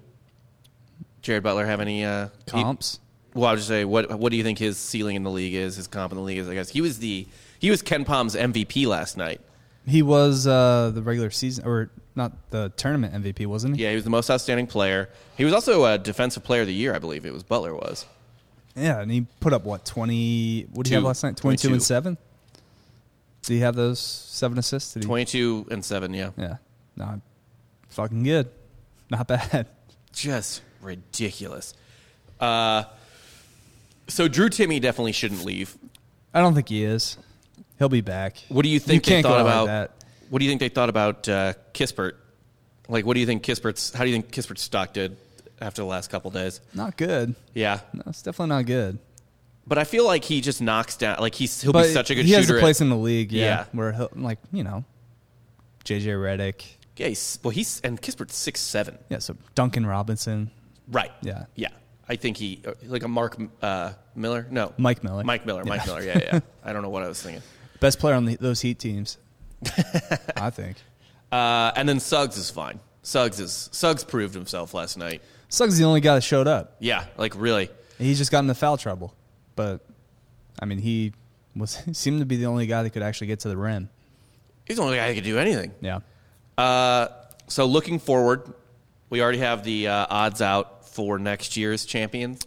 [SPEAKER 1] Jared Butler have any. Uh, he-
[SPEAKER 2] comps?
[SPEAKER 1] Well, I would just say, what what do you think his ceiling in the league is? His comp in the league is, I guess he was the he was Ken Palm's MVP last night.
[SPEAKER 2] He was uh, the regular season or not the tournament MVP, wasn't he?
[SPEAKER 1] Yeah, he was the most outstanding player. He was also a defensive player of the year, I believe. It was Butler was.
[SPEAKER 2] Yeah, and he put up what twenty? What did he
[SPEAKER 1] Two.
[SPEAKER 2] have last night? Twenty-two
[SPEAKER 1] 22.
[SPEAKER 2] and seven. Did he have those seven assists? Did he?
[SPEAKER 1] 22 and 7, yeah.
[SPEAKER 2] Yeah, not fucking good. Not bad.
[SPEAKER 1] Just ridiculous. Uh so Drew Timmy definitely shouldn't leave.
[SPEAKER 2] I don't think he is. He'll be back.
[SPEAKER 1] What do you think they
[SPEAKER 2] can't go
[SPEAKER 1] thought
[SPEAKER 2] out like
[SPEAKER 1] about
[SPEAKER 2] that.
[SPEAKER 1] What do you think they thought about uh Kispert? Like what do you think Kispert's how do you think Kispert's stock did after the last couple days?
[SPEAKER 2] Not good.
[SPEAKER 1] Yeah.
[SPEAKER 2] No, it's definitely not good.
[SPEAKER 1] But I feel like he just knocks down. Like he's he'll
[SPEAKER 2] But
[SPEAKER 1] be such a good
[SPEAKER 2] he
[SPEAKER 1] shooter.
[SPEAKER 2] has a
[SPEAKER 1] at-
[SPEAKER 2] place in the league. Yeah,
[SPEAKER 1] Yeah.
[SPEAKER 2] where he'll like you know, JJ Redick.
[SPEAKER 1] yeah, he's, well, he's and Kispert's six seven.
[SPEAKER 2] Yeah, so Duncan Robinson.
[SPEAKER 1] Right.
[SPEAKER 2] Yeah.
[SPEAKER 1] Yeah. I think he like a Mark uh, Miller. No,
[SPEAKER 2] Mike Miller.
[SPEAKER 1] Mike Miller. Mike
[SPEAKER 2] Yeah.
[SPEAKER 1] Miller. Yeah, yeah. I don't know what I was thinking.
[SPEAKER 2] Best player on the, those Heat teams. I think
[SPEAKER 1] Uh, and then Suggs is fine. Suggs is Suggs proved himself last night.
[SPEAKER 2] Suggs is the only guy that showed up.
[SPEAKER 1] Yeah, like really.
[SPEAKER 2] He just got into foul trouble, but I mean he was seemed to be the only guy that could actually get to the rim.
[SPEAKER 1] He's the only guy who could do anything.
[SPEAKER 2] Yeah,
[SPEAKER 1] Uh, so looking forward, we already have the uh, odds out for next year's champions.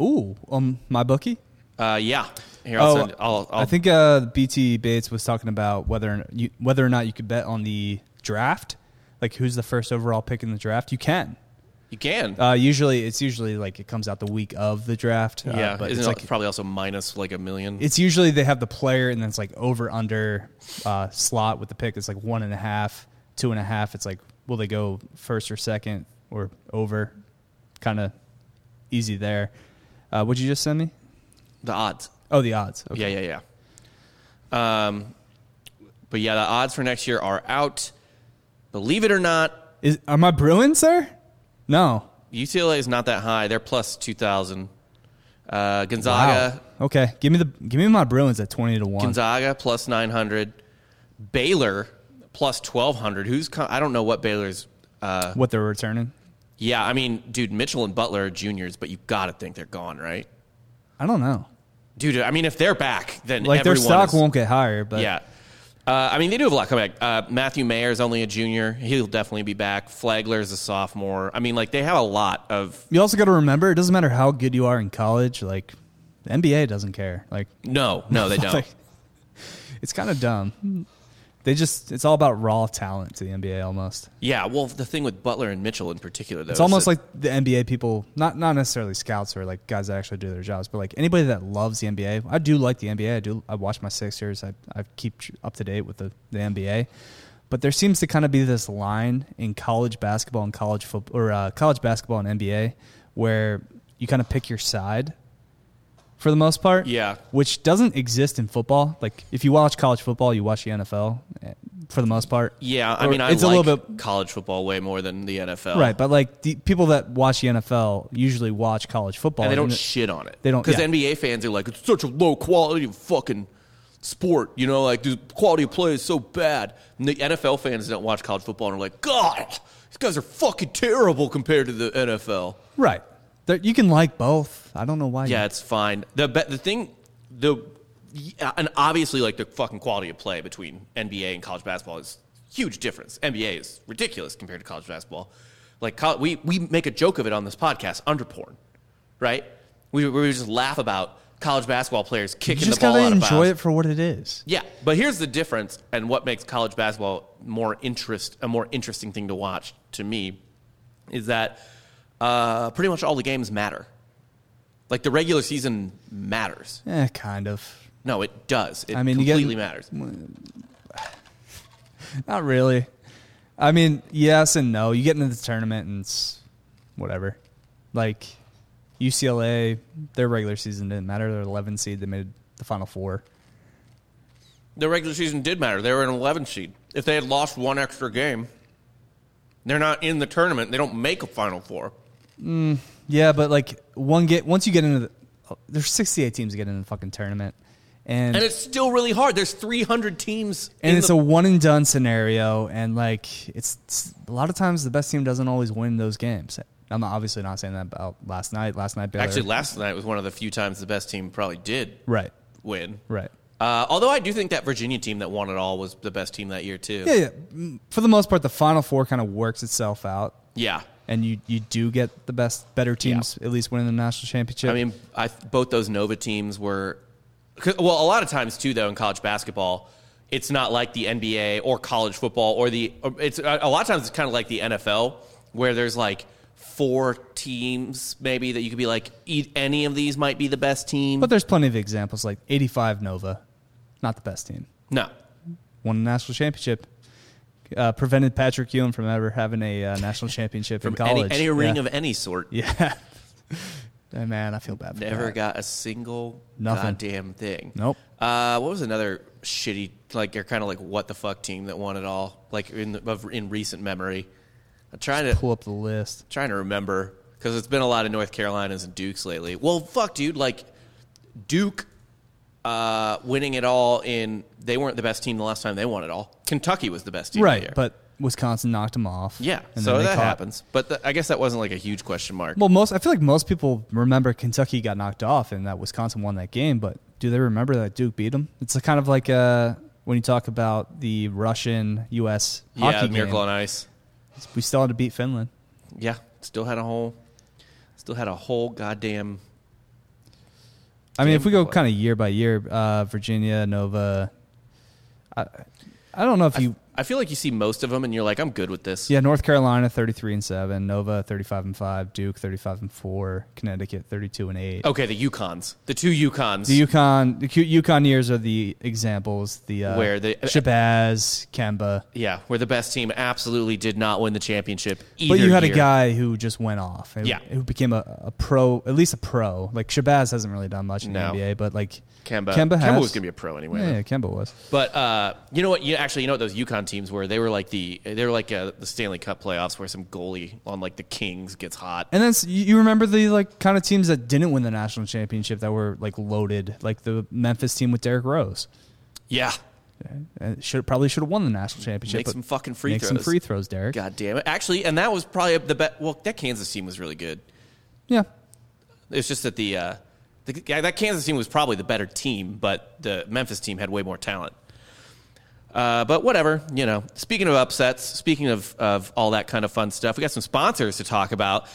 [SPEAKER 2] Ooh, um, my bookie.
[SPEAKER 1] Uh, yeah. Here, I'll send. I'll, I'll,
[SPEAKER 2] Oh, I think uh, BT Bates was talking about whether you, whether or not you could bet on the draft, like who's the first overall pick in the draft. You can.
[SPEAKER 1] you can.
[SPEAKER 2] Uh, usually, it's usually like it comes out the week of the draft. uh,
[SPEAKER 1] yeah,
[SPEAKER 2] but
[SPEAKER 1] isn't
[SPEAKER 2] it's
[SPEAKER 1] it
[SPEAKER 2] like
[SPEAKER 1] probably also minus like a million?
[SPEAKER 2] it's usually they have the player and then it's like over under uh, slot with the pick. It's like one and a half, two and a half. It's like will they go first or second or over? Kind of easy there. Uh, would you just send me?
[SPEAKER 1] the odds.
[SPEAKER 2] Oh, the odds. Okay.
[SPEAKER 1] Yeah, yeah, yeah. Um, but yeah, the odds for next year are out. Believe it or not,
[SPEAKER 2] Is, are my Bruins there? No.
[SPEAKER 1] UCLA is not that high. They're plus two thousand. Uh, Gonzaga,
[SPEAKER 2] Okay. Give me the give me my Bruins at twenty to one.
[SPEAKER 1] Gonzaga plus nine hundred. Baylor plus twelve hundred. Who's co- I don't know what Baylor's. Uh,
[SPEAKER 2] What they're returning?
[SPEAKER 1] yeah, I mean, dude, Mitchell and Butler are juniors, but you gotta think they're gone, right?
[SPEAKER 2] I don't know.
[SPEAKER 1] Dude, I mean, if they're back, then
[SPEAKER 2] Like their
[SPEAKER 1] everyone
[SPEAKER 2] stock
[SPEAKER 1] is-
[SPEAKER 2] won't get higher, but
[SPEAKER 1] Yeah. Uh, I mean, they do have a lot coming back. Uh, Matthew Mayer is only a junior. He'll definitely be back. Flagler is a sophomore. I mean, like, they have a lot of.
[SPEAKER 2] you also got to remember it doesn't matter how good you are in college. Like The NBA doesn't care. Like
[SPEAKER 1] No, no, they don't.
[SPEAKER 2] Like, it's kind of dumb. They just, it's all about raw talent to the NBA almost.
[SPEAKER 1] Yeah, well, the thing with Butler and Mitchell in particular, though,
[SPEAKER 2] It's
[SPEAKER 1] is
[SPEAKER 2] almost
[SPEAKER 1] that-
[SPEAKER 2] like the NBA people, not, not necessarily scouts or like guys that actually do their jobs, but like anybody that loves the NBA. I do like the NBA. I do, I watch my Sixers. I, I keep tr- up to date with the, the NBA. But there seems to kind of be this line in college basketball and college football, or uh, college basketball and NBA, where you kind of pick your side for the most part.
[SPEAKER 1] Yeah.
[SPEAKER 2] Which doesn't exist in football. Like if you watch college football, you watch the NFL eh, for the most part.
[SPEAKER 1] yeah. I
[SPEAKER 2] Or
[SPEAKER 1] mean, I
[SPEAKER 2] it's
[SPEAKER 1] like
[SPEAKER 2] a little bit
[SPEAKER 1] college football way more than the NFL,
[SPEAKER 2] right, but like the people that watch the NFL usually watch college football.
[SPEAKER 1] And they don't
[SPEAKER 2] it-
[SPEAKER 1] shit on it.
[SPEAKER 2] they don't-
[SPEAKER 1] because
[SPEAKER 2] yeah.
[SPEAKER 1] NBA fans are like, it's such a low quality fucking sport. You know, like the quality of play is so bad. And the NFL fans don't watch college football and are like, God, these guys are fucking terrible compared to the NFL.
[SPEAKER 2] right. There, you can like both. I don't know why.
[SPEAKER 1] Yeah,
[SPEAKER 2] you,
[SPEAKER 1] it's fine. The be- the thing the yeah, and obviously like the fucking quality of play between NBA and college basketball is huge difference. NBA is ridiculous compared to college basketball. Like col- we we make a joke of it on this podcast, under porn, right? We we just laugh about college basketball players
[SPEAKER 2] you
[SPEAKER 1] kicking
[SPEAKER 2] just
[SPEAKER 1] the ball
[SPEAKER 2] gotta
[SPEAKER 1] out of
[SPEAKER 2] enjoy
[SPEAKER 1] bounds.
[SPEAKER 2] it for what it is.
[SPEAKER 1] Yeah, but here's the difference, and what makes college basketball more interest a more interesting thing to watch to me is that uh, pretty much all the games matter. Like the regular season matters.
[SPEAKER 2] Eh, kind of.
[SPEAKER 1] No, it does. It
[SPEAKER 2] I mean, you get- Mm.
[SPEAKER 1] completely matters.
[SPEAKER 2] Not really. I mean, yes and no. You get into the tournament and it's whatever. Like UCLA, their regular season didn't matter. They're 11 seed. They made the final four.
[SPEAKER 1] The regular season did matter. They were an 11 seed. If they had lost one extra game, they're not in the tournament. They don't make a Final Four.
[SPEAKER 2] Yeah, but like one get once you get into the there's 68 teams that get into the fucking tournament, and
[SPEAKER 1] And it's still really hard. There's 300 teams.
[SPEAKER 2] and
[SPEAKER 1] in
[SPEAKER 2] it's
[SPEAKER 1] the-
[SPEAKER 2] a one and done scenario, and like it's, it's- a lot of times the best team doesn't always win those games. I'm not, obviously not saying that about last night. Last night, Baylor,
[SPEAKER 1] actually last night was one of the few times the best team probably did
[SPEAKER 2] right,
[SPEAKER 1] win.
[SPEAKER 2] right,
[SPEAKER 1] Uh, although I do think that Virginia team that won it all was the best team that year too.
[SPEAKER 2] yeah, yeah. Mm, For the most part, the Final Four kind of works itself out,
[SPEAKER 1] Yeah.
[SPEAKER 2] and you you do get the best, better teams at least winning the national championship.
[SPEAKER 1] I mean, I both those Nova teams were 'cause- well. A lot of times too, though, in college basketball, it's not like the NBA or college football or the. Or it's a a lot of times it's kind of like the NFL where there's like four teams maybe that you could be like e- any of these might be the best team.
[SPEAKER 2] but there's plenty of examples like 85 Nova, not the best team.
[SPEAKER 1] no,
[SPEAKER 2] won a national championship. Uh, prevented Patrick Ewing from ever having a uh, national championship in
[SPEAKER 1] any,
[SPEAKER 2] college.
[SPEAKER 1] any ring
[SPEAKER 2] yeah.
[SPEAKER 1] of any sort.
[SPEAKER 2] yeah. Hey, man, I feel bad. For
[SPEAKER 1] Never
[SPEAKER 2] that.
[SPEAKER 1] got a single
[SPEAKER 2] Nothing.
[SPEAKER 1] goddamn thing.
[SPEAKER 2] Nope.
[SPEAKER 1] Uh, what was another shitty like? They're kind of like what the fuck team that won it all? Like in the, of, in recent memory, I'm trying to
[SPEAKER 2] pull up the list.
[SPEAKER 1] trying to remember because it's been a lot of North Carolinas and Dukes lately. Well, fuck, dude. Like Duke uh, winning it all in they weren't the best team the last time they won it all. Kentucky was the best team, that
[SPEAKER 2] Right,
[SPEAKER 1] year.
[SPEAKER 2] but Wisconsin knocked him off.
[SPEAKER 1] yeah.
[SPEAKER 2] and
[SPEAKER 1] So
[SPEAKER 2] then they
[SPEAKER 1] that
[SPEAKER 2] caught-
[SPEAKER 1] happens, but th- I guess that wasn't like a huge question mark.
[SPEAKER 2] Well, most I feel like most people remember Kentucky got knocked off and that Wisconsin won that game, but do they remember that Duke beat them? It's a kind of like uh, when you talk about the Russian U.S.
[SPEAKER 1] yeah,
[SPEAKER 2] hockey game.
[SPEAKER 1] Miracle on Ice.
[SPEAKER 2] We still had to beat Finland.
[SPEAKER 1] Yeah, still had a whole, still had a whole goddamn.
[SPEAKER 2] I mean,
[SPEAKER 1] Game
[SPEAKER 2] if we go
[SPEAKER 1] play.
[SPEAKER 2] kind of year by year, uh, Virginia, Nova. I, I don't know if you.
[SPEAKER 1] I feel like you see most of them, and you're like, I'm good with this.
[SPEAKER 2] yeah, North Carolina thirty-three and seven, Nova thirty-five and five, Duke thirty-five and four, Connecticut thirty-two and eight.
[SPEAKER 1] Okay, the Yukons, the two Yukons.
[SPEAKER 2] The Yukon, the Q- Yukon years are the examples. The uh,
[SPEAKER 1] Where the-
[SPEAKER 2] Shabazz, Kemba,
[SPEAKER 1] yeah, where the best team absolutely did not win the championship. Either
[SPEAKER 2] but you had
[SPEAKER 1] year.
[SPEAKER 2] a guy who just went off. and
[SPEAKER 1] Yeah.
[SPEAKER 2] who became a, a pro, at least a pro. Like Shabazz hasn't really done much in
[SPEAKER 1] No.
[SPEAKER 2] the NBA, but like
[SPEAKER 1] Kemba.
[SPEAKER 2] Kemba, has,
[SPEAKER 1] was gonna be a pro anyway.
[SPEAKER 2] yeah, yeah, Kemba was.
[SPEAKER 1] But uh, you know what? You actually, you know what those Yukon teams were? They were like the they were like uh, the Stanley Cup playoffs, where some goalie on like the Kings gets hot.
[SPEAKER 2] And then s- you you remember the like kind of teams that didn't win the national championship that were like loaded, like the Memphis team with Derrick Rose.
[SPEAKER 1] Yeah,
[SPEAKER 2] Uh, Should probably should have won the national championship.
[SPEAKER 1] Make
[SPEAKER 2] but
[SPEAKER 1] some fucking free
[SPEAKER 2] make some
[SPEAKER 1] throws.
[SPEAKER 2] free throws, Derrick.
[SPEAKER 1] god damn it! Actually, and that was probably the best. Well, that Kansas team was really good.
[SPEAKER 2] Yeah,
[SPEAKER 1] It's just that the, uh, the yeah, that Kansas team was probably the better team, but the Memphis team had way more talent. Uh, but whatever, you know. Speaking of upsets, speaking of of all that kind of fun stuff, we got some sponsors to talk about,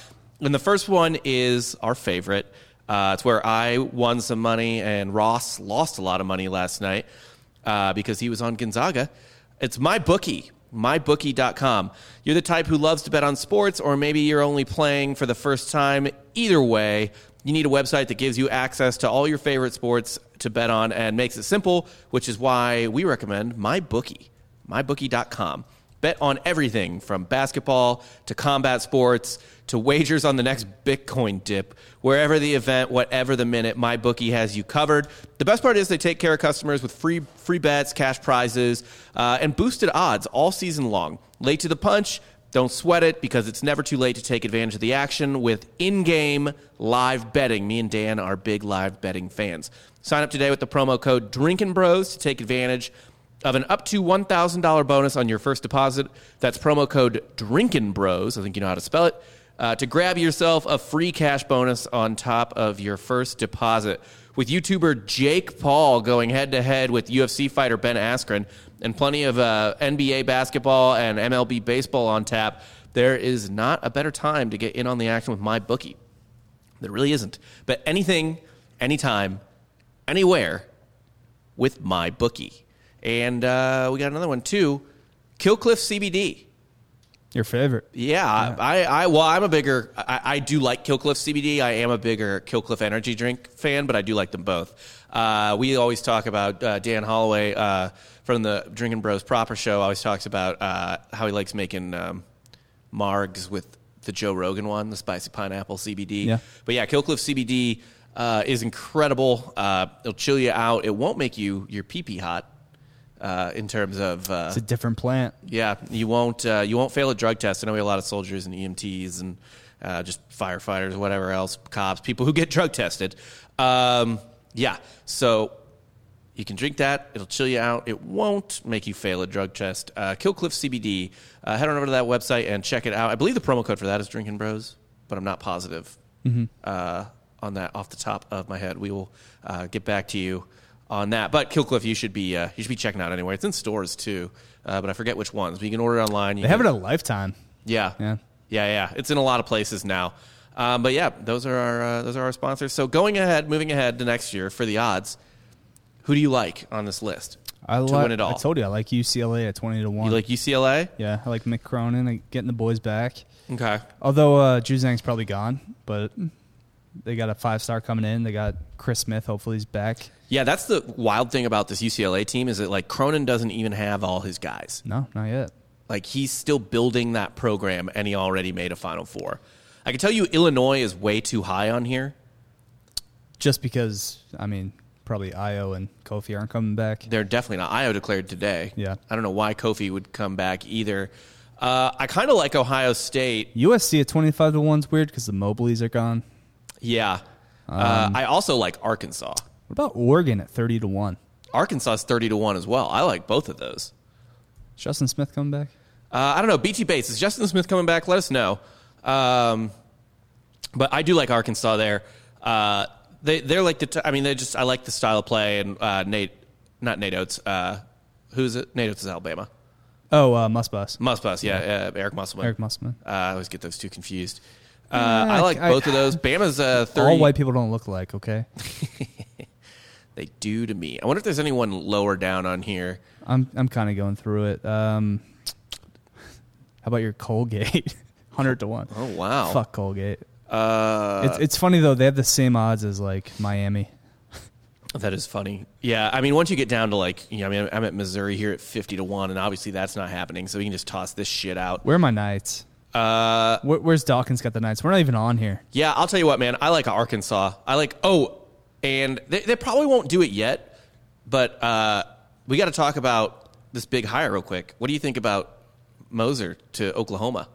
[SPEAKER 1] and the first one is our favorite. Uh, it's where I won some money and Ross lost a lot of money last night uh, because he was on Gonzaga. It's my bookie, mybookie.com. You're the type who loves to bet on sports, or maybe you're only playing for the first time. Either way, you need a website that gives you access to all your favorite sports to bet on and makes it simple, which is why we recommend MyBookie, mybookie.com. Bet on everything from basketball to combat sports to wagers on the next Bitcoin dip. Wherever the event, whatever the minute, MyBookie has you covered. The best part is they take care of customers with free free bets, cash prizes, uh, and boosted odds all season long. Late to the punch. Don't sweat it because it's never too late to take advantage of the action with in game live betting. Me and Dan are big live betting fans. Sign up today with the promo code Drinking Bros to take advantage of an up to $1,000 bonus on your first deposit. That's promo code Drinking Bros. I think you know how to spell it. Uh, to grab yourself a free cash bonus on top of your first deposit. With YouTuber Jake Paul going head to head with UFC fighter Ben Askren and plenty of uh, NBA basketball and MLB baseball on tap, there is not a better time to get in on the action with my bookie. There really isn't. But anything, anytime, anywhere with my bookie. And uh, we got another one too Killcliff CBD.
[SPEAKER 2] Your favorite.
[SPEAKER 1] Yeah, I, I, well, I'm a bigger. I, I do like Killcliff CBD. I am a bigger Killcliff energy drink fan, but I do like them both. Uh, we always talk about uh, Dan Holloway uh, from the Drinking Bros Proper Show. Always talks about uh, how he likes making um, margs with the Joe Rogan one, the spicy pineapple CBD.
[SPEAKER 2] Yeah.
[SPEAKER 1] But yeah, Killcliff CBD uh, is incredible. Uh, it'll chill you out. It won't make you your pee pee hot. Uh, in terms of uh,
[SPEAKER 2] It's a different plant.
[SPEAKER 1] yeah, you won't uh, you won't fail a drug test. I know we have a lot of soldiers and EMTs and uh, just firefighters, whatever else, cops, people who get drug tested. Um, yeah, so you can drink that. It'll chill you out. It won't make you fail a drug test. Uh, Killcliff CBD. Uh, head on over to that website and check it out. I believe the promo code for that is Drinking Bros, but I'm not positive
[SPEAKER 2] Mm-hmm.
[SPEAKER 1] uh, on that off the top of my head. We will uh, get back to you on that. But Killcliff, you should be uh, you should be checking out anyway. It's in stores too, uh, but I forget which ones. But you can order it online. You
[SPEAKER 2] They have it
[SPEAKER 1] can-
[SPEAKER 2] a lifetime.
[SPEAKER 1] yeah.
[SPEAKER 2] Yeah.
[SPEAKER 1] Yeah, yeah. It's in a lot of places now. Um, but yeah, those are our uh, those are our sponsors. So going ahead, moving ahead to next year for the odds, who do you like on this list
[SPEAKER 2] I
[SPEAKER 1] to
[SPEAKER 2] like.
[SPEAKER 1] win it all?
[SPEAKER 2] I told you I like UCLA at twenty to one.
[SPEAKER 1] you like UCLA?
[SPEAKER 2] yeah, I like Mick Cronin and getting the boys back.
[SPEAKER 1] Okay.
[SPEAKER 2] Although uh, Juzang's probably gone, but they got a five star coming in. They got Chris Smith. Hopefully he's back.
[SPEAKER 1] Yeah, that's the wild thing about this UCLA team is that like Cronin doesn't even have all his guys.
[SPEAKER 2] No, not yet.
[SPEAKER 1] Like he's still building that program, and he already made a Final Four. I can tell you, Illinois is way too high on here.
[SPEAKER 2] Just because I mean, probably Io and Kofi aren't coming back.
[SPEAKER 1] They're definitely not. Io declared today.
[SPEAKER 2] Yeah.
[SPEAKER 1] I don't know why Kofi would come back either. Uh, I kind of like Ohio State.
[SPEAKER 2] USC at twenty five to one's weird because the Mobleys are gone.
[SPEAKER 1] Yeah. uh, I also like Arkansas.
[SPEAKER 2] What about Oregon at thirty to one?
[SPEAKER 1] Arkansas's 30 to 1 as well. I like both of those.
[SPEAKER 2] Is Justin Smith coming back?
[SPEAKER 1] Uh, I don't know. BT Bates, is Justin Smith coming back? Let us know. Um, but I do like Arkansas there. Uh, they, they're like the, t- I mean, they just, I like the style of play and uh, Nate, not Nate Oates. Uh, who's it? Nate Oates is Alabama.
[SPEAKER 2] Oh, uh, Musbus.
[SPEAKER 1] Musbus, yeah. Uh, Eric Musselman.
[SPEAKER 2] Eric Musselman.
[SPEAKER 1] Uh, I always get those two confused. Uh, I like
[SPEAKER 2] I-
[SPEAKER 1] both of those. Bama's uh, 30.
[SPEAKER 2] All white people don't look alike. Okay,
[SPEAKER 1] They do to me. I wonder if there's anyone lower down on here.
[SPEAKER 2] I'm I'm kind of going through it. Um, how about your Colgate? Hundred to one.
[SPEAKER 1] Oh, wow.
[SPEAKER 2] Fuck Colgate.
[SPEAKER 1] Uh,
[SPEAKER 2] It's it's funny though. They have the same odds as like Miami.
[SPEAKER 1] that is funny. Yeah, I mean, once you get down to like, you know, I mean, I'm at Missouri here at 50 to 1, and obviously that's not happening, so we can just toss this shit out.
[SPEAKER 2] Where are my Knights? Uh, Where, where's Dawkins got the Knights? We're not even on here.
[SPEAKER 1] Yeah, I'll tell you what, man. I like Arkansas. I like, oh, and they, they probably won't do it yet, but uh, we got to talk about this big hire real quick. What do you think about Moser to Oklahoma?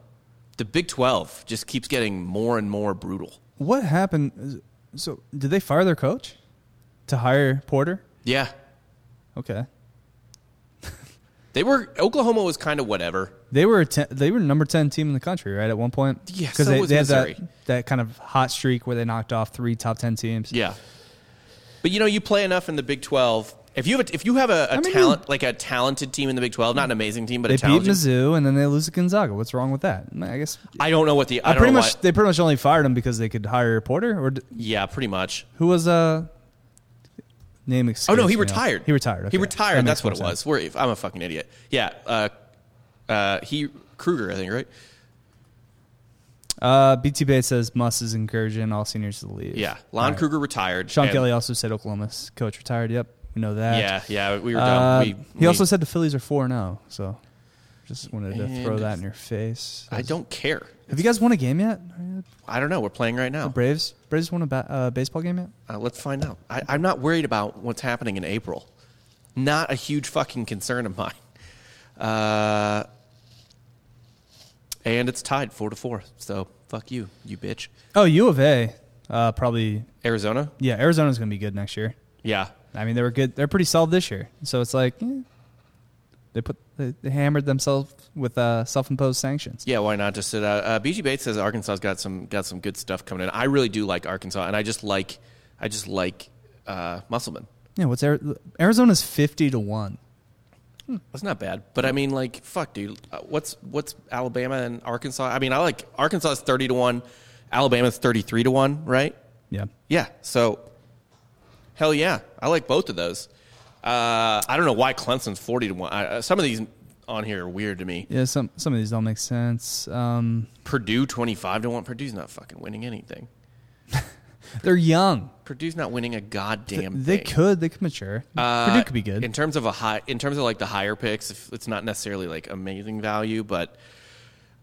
[SPEAKER 1] The Big 12 just keeps getting more and more brutal.
[SPEAKER 2] What happened? So did they fire their coach to hire Porter?
[SPEAKER 1] Yeah,
[SPEAKER 2] Okay,
[SPEAKER 1] They were Oklahoma was kind of whatever.
[SPEAKER 2] they were a ten, they were number ten team in the country, right? At one point,
[SPEAKER 1] Yeah, so
[SPEAKER 2] because they,
[SPEAKER 1] was
[SPEAKER 2] they had that,
[SPEAKER 1] Missouri.
[SPEAKER 2] that kind of hot streak where they knocked off three top ten teams.
[SPEAKER 1] Yeah. But you know, you play enough in the Big 12 If you have a, if you have a, a
[SPEAKER 2] I mean,
[SPEAKER 1] talent like a talented team in the Big Twelve, not an amazing team, but
[SPEAKER 2] They
[SPEAKER 1] a
[SPEAKER 2] beat
[SPEAKER 1] talented.
[SPEAKER 2] Mizzou and then they lose to Gonzaga. What's wrong with that? I guess
[SPEAKER 1] I don't know what the I,
[SPEAKER 2] I,
[SPEAKER 1] don't
[SPEAKER 2] pretty
[SPEAKER 1] know
[SPEAKER 2] much
[SPEAKER 1] what-
[SPEAKER 2] they pretty much only fired him because they could hire a Porter or d-
[SPEAKER 1] yeah, pretty much.
[SPEAKER 2] who was uh name
[SPEAKER 1] Oh no, he
[SPEAKER 2] escapes me.
[SPEAKER 1] retired.
[SPEAKER 2] He retired. okay.
[SPEAKER 1] He retired.
[SPEAKER 2] That
[SPEAKER 1] That's
[SPEAKER 2] makes
[SPEAKER 1] what it
[SPEAKER 2] more
[SPEAKER 1] was.
[SPEAKER 2] sense.
[SPEAKER 1] We're, if- I'm a fucking idiot. Yeah. Uh, uh, he Kruger, I think, right?
[SPEAKER 2] Uh, BT Bay says Muss is encouraging all seniors to leave.
[SPEAKER 1] Yeah. Lon
[SPEAKER 2] All right.
[SPEAKER 1] Kruger retired.
[SPEAKER 2] Sean
[SPEAKER 1] and-
[SPEAKER 2] Kelly also said Oklahoma's coach retired. Yep, we know that.
[SPEAKER 1] Yeah, yeah. We were
[SPEAKER 2] Uh,
[SPEAKER 1] dumb.
[SPEAKER 2] he
[SPEAKER 1] We, we-
[SPEAKER 2] also said the Phillies are four four zero. So just wanted to throw
[SPEAKER 1] And-
[SPEAKER 2] that in your face.
[SPEAKER 1] I don't care.
[SPEAKER 2] Have you guys won a game yet?
[SPEAKER 1] I don't know. We're playing right now.
[SPEAKER 2] Braves. Braves won a ba- uh, baseball game yet?
[SPEAKER 1] Uh, let's find out. I, I'm not worried about what's happening in April. Not a huge fucking concern of mine. Uh, and it's tied four to four. So fuck you, you bitch.
[SPEAKER 2] Oh, U of A. Uh, probably.
[SPEAKER 1] Arizona.
[SPEAKER 2] Yeah, Arizona's going to be good next year.
[SPEAKER 1] Yeah.
[SPEAKER 2] I mean, they were good. They're pretty solid this year. So it's like eh, they put they, they hammered themselves with uh, self-imposed sanctions.
[SPEAKER 1] Yeah, why not just sit out? Uh, BG Bates says Arkansas's got some got some good stuff coming in. I really do like Arkansas, and I just like I just like uh, Musselman.
[SPEAKER 2] Yeah, what's Ari- Arizona's fifty to one?
[SPEAKER 1] That's not bad, but I mean, like, fuck, dude. Uh, What's what's Alabama and Arkansas? I mean, I like Arkansas's thirty to one, Alabama's thirty three to one, right?
[SPEAKER 2] Yeah.
[SPEAKER 1] Yeah. So, hell yeah, I like both of those. Uh, I don't know why Clemson's forty to one. I, uh, some of these on here are weird to me.
[SPEAKER 2] Yeah, some some of these don't make sense. Um,
[SPEAKER 1] Purdue twenty five to one. Purdue's not fucking winning anything.
[SPEAKER 2] they're young.
[SPEAKER 1] Purdue's not winning a goddamn.
[SPEAKER 2] They
[SPEAKER 1] thing.
[SPEAKER 2] could. They could mature. Purdue could be good.
[SPEAKER 1] Uh, in terms of a high in terms of like the higher picks if it's not necessarily like amazing value but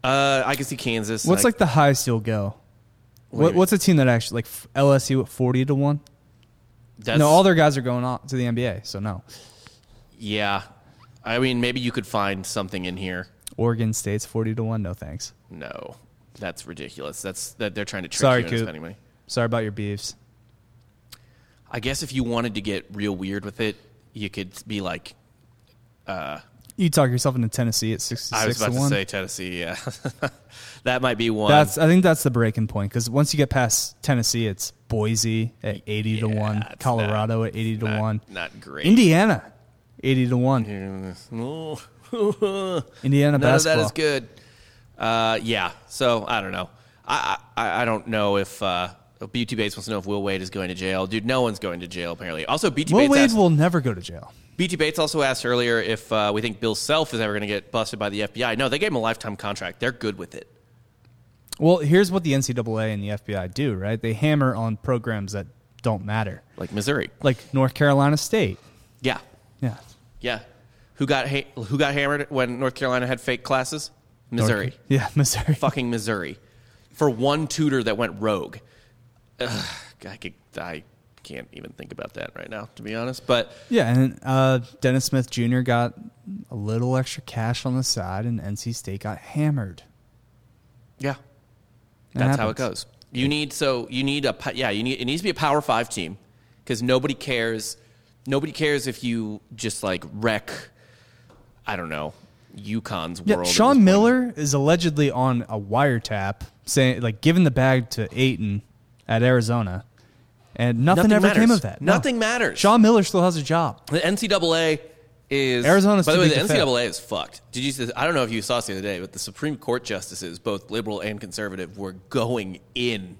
[SPEAKER 1] uh i can see kansas
[SPEAKER 2] What's
[SPEAKER 1] and I-
[SPEAKER 2] like the highest you'll
[SPEAKER 1] What
[SPEAKER 2] go?
[SPEAKER 1] do
[SPEAKER 2] What,
[SPEAKER 1] you
[SPEAKER 2] what's a team that actually like f- LSU at forty to one?
[SPEAKER 1] that's,
[SPEAKER 2] no, all their guys are going on to the NBA, so no.
[SPEAKER 1] yeah i mean maybe you could find something in here
[SPEAKER 2] Oregon State's forty to one. No thanks.
[SPEAKER 1] no that's ridiculous that's that they're trying to trick
[SPEAKER 2] Sorry,
[SPEAKER 1] you into
[SPEAKER 2] Coop.
[SPEAKER 1] spending money
[SPEAKER 2] Sorry about your beefs.
[SPEAKER 1] i guess if you wanted to get real weird with it you could be like
[SPEAKER 2] You talk yourself into Tennessee at sixty-six
[SPEAKER 1] i was
[SPEAKER 2] to
[SPEAKER 1] about to
[SPEAKER 2] one.
[SPEAKER 1] say um, tennessee yeah that might be one
[SPEAKER 2] that's I think that's the breaking point because once you get past Tennessee, it's Boise at eighty to
[SPEAKER 1] Yeah,
[SPEAKER 2] one,
[SPEAKER 1] it's
[SPEAKER 2] Colorado at eighty to
[SPEAKER 1] not,
[SPEAKER 2] one,
[SPEAKER 1] not great
[SPEAKER 2] Indiana eighty to one.
[SPEAKER 1] No.
[SPEAKER 2] Indiana
[SPEAKER 1] None
[SPEAKER 2] basketball.
[SPEAKER 1] of that is good. Uh, yeah. So I don't know. I I, I don't know if uh, BT Bates wants to know if Will Wade is going to jail. Dude, no one's going to jail apparently. Also, BT
[SPEAKER 2] Will
[SPEAKER 1] Bates
[SPEAKER 2] Wade
[SPEAKER 1] asked,
[SPEAKER 2] will never go to jail.
[SPEAKER 1] BT Bates also asked earlier if uh, we think Bill Self is ever going to get busted by the FBI. No, they gave him a lifetime contract. They're good with it.
[SPEAKER 2] Well, here's what the NCAA and the FBI do, right? They hammer on programs that don't matter,
[SPEAKER 1] Like Missouri.
[SPEAKER 2] like North Carolina State.
[SPEAKER 1] Yeah.
[SPEAKER 2] Yeah.
[SPEAKER 1] Yeah. Who got ha- who got hammered when North Carolina had fake classes?
[SPEAKER 2] North-
[SPEAKER 1] Missouri.
[SPEAKER 2] yeah, Missouri.
[SPEAKER 1] fucking Missouri for one tutor that went rogue. Ugh, I could, I can't even think about that right now, to be honest. But
[SPEAKER 2] Yeah, and uh, Dennis Smith Jr. got a little extra cash on the side, and NC State got hammered.
[SPEAKER 1] yeah,
[SPEAKER 2] It
[SPEAKER 1] that's how it
[SPEAKER 2] happens.
[SPEAKER 1] goes. You need so you need a pa- yeah you need it needs to be a power five team because nobody cares nobody cares if you just like wreck I don't know UConn's
[SPEAKER 2] Yeah,
[SPEAKER 1] world. at this
[SPEAKER 2] Sean
[SPEAKER 1] point.
[SPEAKER 2] Miller is allegedly on a wiretap, saying like giving the bag to Aiton at Arizona, and nothing,
[SPEAKER 1] Nothing
[SPEAKER 2] ever
[SPEAKER 1] matters.
[SPEAKER 2] came of that. No.
[SPEAKER 1] Nothing matters.
[SPEAKER 2] Sean Miller still has a job.
[SPEAKER 1] The NCAA is
[SPEAKER 2] Arizona's
[SPEAKER 1] By the
[SPEAKER 2] too
[SPEAKER 1] way,
[SPEAKER 2] big
[SPEAKER 1] the
[SPEAKER 2] to fail.
[SPEAKER 1] NCAA is fucked. Did you? see- I don't know if you saw this the other day, but the Supreme Court justices, both liberal and conservative, were going in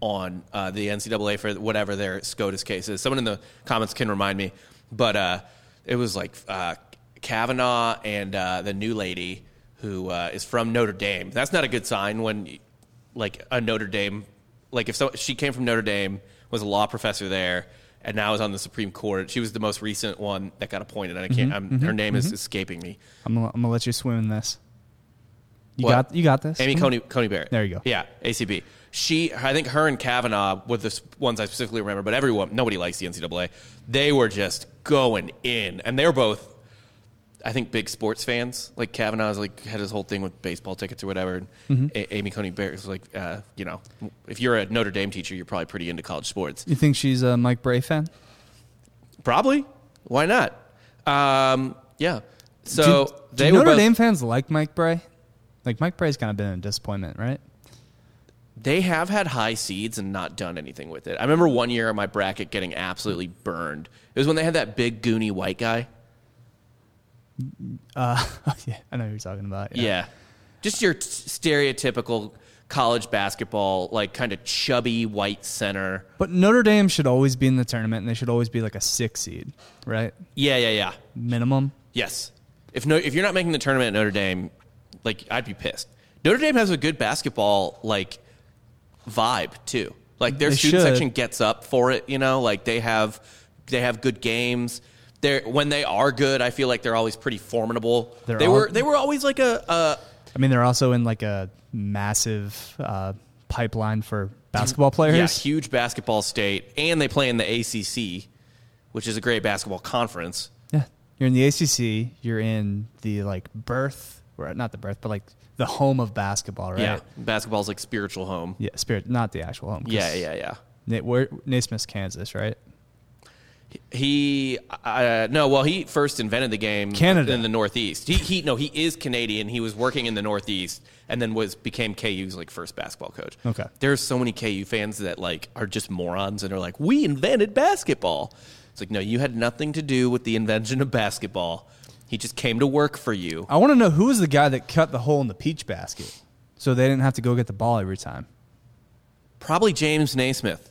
[SPEAKER 1] on uh, the NCAA for whatever their SCOTUS case is. Someone in the comments can remind me, but uh, it was like uh, Kavanaugh and uh, the new lady who uh, is from Notre Dame. That's not a good sign when, like, a Notre Dame, like if so, she came from Notre Dame, was a law professor there, and now is on the Supreme Court. She was the most recent one that got appointed, and I can't. I'm, her name is escaping me.
[SPEAKER 2] I'm gonna, I'm gonna let you swim in this. You
[SPEAKER 1] What?
[SPEAKER 2] got you got this.
[SPEAKER 1] Amy Coney, Coney Barrett.
[SPEAKER 2] There you go.
[SPEAKER 1] Yeah, ACB. She, I think her and Kavanaugh were the s- ones I specifically remember, but everyone, nobody likes the NCAA. They were just going in, and they were both, I think, big sports fans. Like Kavanaugh's like had his whole thing with baseball tickets or whatever. And
[SPEAKER 2] Mm-hmm.
[SPEAKER 1] A- Amy Coney Barrett was like, uh, you know, if you're a Notre Dame teacher, you're probably pretty into college sports.
[SPEAKER 2] You think she's a Mike Bray fan?
[SPEAKER 1] Probably. Why not? Um, yeah. So
[SPEAKER 2] do, do
[SPEAKER 1] they were
[SPEAKER 2] Notre
[SPEAKER 1] both,
[SPEAKER 2] Dame fans like Mike Bray? Like Mike Bray's kind of been a disappointment, right?
[SPEAKER 1] They have had high seeds and not done anything with it. I remember one year in my bracket getting absolutely burned. It was when they had that big goony white guy.
[SPEAKER 2] yeah, I know who you're talking about.
[SPEAKER 1] Oh, Yeah. Just your t- stereotypical college basketball, like kind of chubby white center.
[SPEAKER 2] But Notre Dame should always be in the tournament, and they should always be like a six seed, right?
[SPEAKER 1] Yeah, yeah, yeah.
[SPEAKER 2] Minimum.
[SPEAKER 1] Yes. If no, if you're not making the tournament at Notre Dame, like I'd be pissed. Notre Dame has a good basketball like vibe too. Like their
[SPEAKER 2] They
[SPEAKER 1] student
[SPEAKER 2] should.
[SPEAKER 1] section gets up for it. You know, like they have they have good games. They're, when they are good, I feel like they're always pretty formidable.
[SPEAKER 2] They're
[SPEAKER 1] they
[SPEAKER 2] all-
[SPEAKER 1] were they were always like a, a
[SPEAKER 2] I mean, they're also in like a massive uh, pipeline for basketball
[SPEAKER 1] yeah,
[SPEAKER 2] players.
[SPEAKER 1] huge basketball state, and they play in the ACC, which is a great basketball conference.
[SPEAKER 2] Yeah. You're in the ACC. You're in the like birth, or not the birth, but like the home of basketball, right?
[SPEAKER 1] Yeah, basketball's like spiritual home.
[SPEAKER 2] Yeah, Spirit, not the actual home. 'cause
[SPEAKER 1] Yeah, yeah, yeah.
[SPEAKER 2] Na- where, Naismith's Kansas, right?
[SPEAKER 1] He uh, no, well, he first invented the game
[SPEAKER 2] Canada.
[SPEAKER 1] in the Northeast. He, he no, he is Canadian. He was working in the Northeast and then was became KU's like first basketball coach.
[SPEAKER 2] Okay.
[SPEAKER 1] there's so many KU fans that like are just morons and are like, we invented basketball. It's like no, you had nothing to do with the invention of basketball. He just came to work for you.
[SPEAKER 2] I want to know who was the guy that cut the hole in the peach basket so they didn't have to go get the ball every time.
[SPEAKER 1] Probably James Naismith.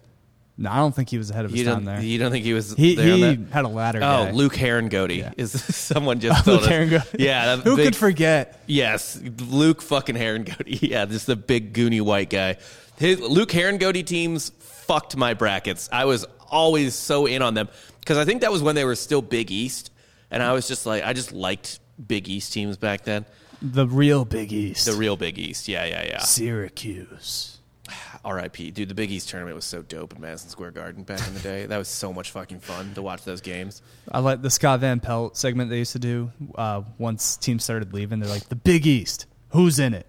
[SPEAKER 2] No, I don't think he was ahead of his
[SPEAKER 1] You
[SPEAKER 2] time
[SPEAKER 1] don't,
[SPEAKER 2] there.
[SPEAKER 1] you don't think he was
[SPEAKER 2] he
[SPEAKER 1] there on that?
[SPEAKER 2] he had a ladder.
[SPEAKER 1] Oh,
[SPEAKER 2] guy.
[SPEAKER 1] Luke Herringody is someone just told
[SPEAKER 2] Luke
[SPEAKER 1] us.
[SPEAKER 2] Herringody.
[SPEAKER 1] Yeah, that
[SPEAKER 2] Who
[SPEAKER 1] big-
[SPEAKER 2] could forget?
[SPEAKER 1] Yes, Luke fucking Herringody. Yeah, just the big goony white guy. His, Luke Herringody teams fucked my brackets. I was always so in on them because I think that was when they were still Big East, and I was just like, I just liked Big East teams back then.
[SPEAKER 2] The real Big East.
[SPEAKER 1] The real Big East. Yeah, yeah, yeah.
[SPEAKER 2] Syracuse.
[SPEAKER 1] R.I.P. Dude, the Big East tournament was so dope in Madison Square Garden back in the day. That was so much fucking fun to watch those games.
[SPEAKER 2] I like the Scott Van Pelt segment they used to do. Uh, once teams started leaving, they're like, the Big East, who's in it?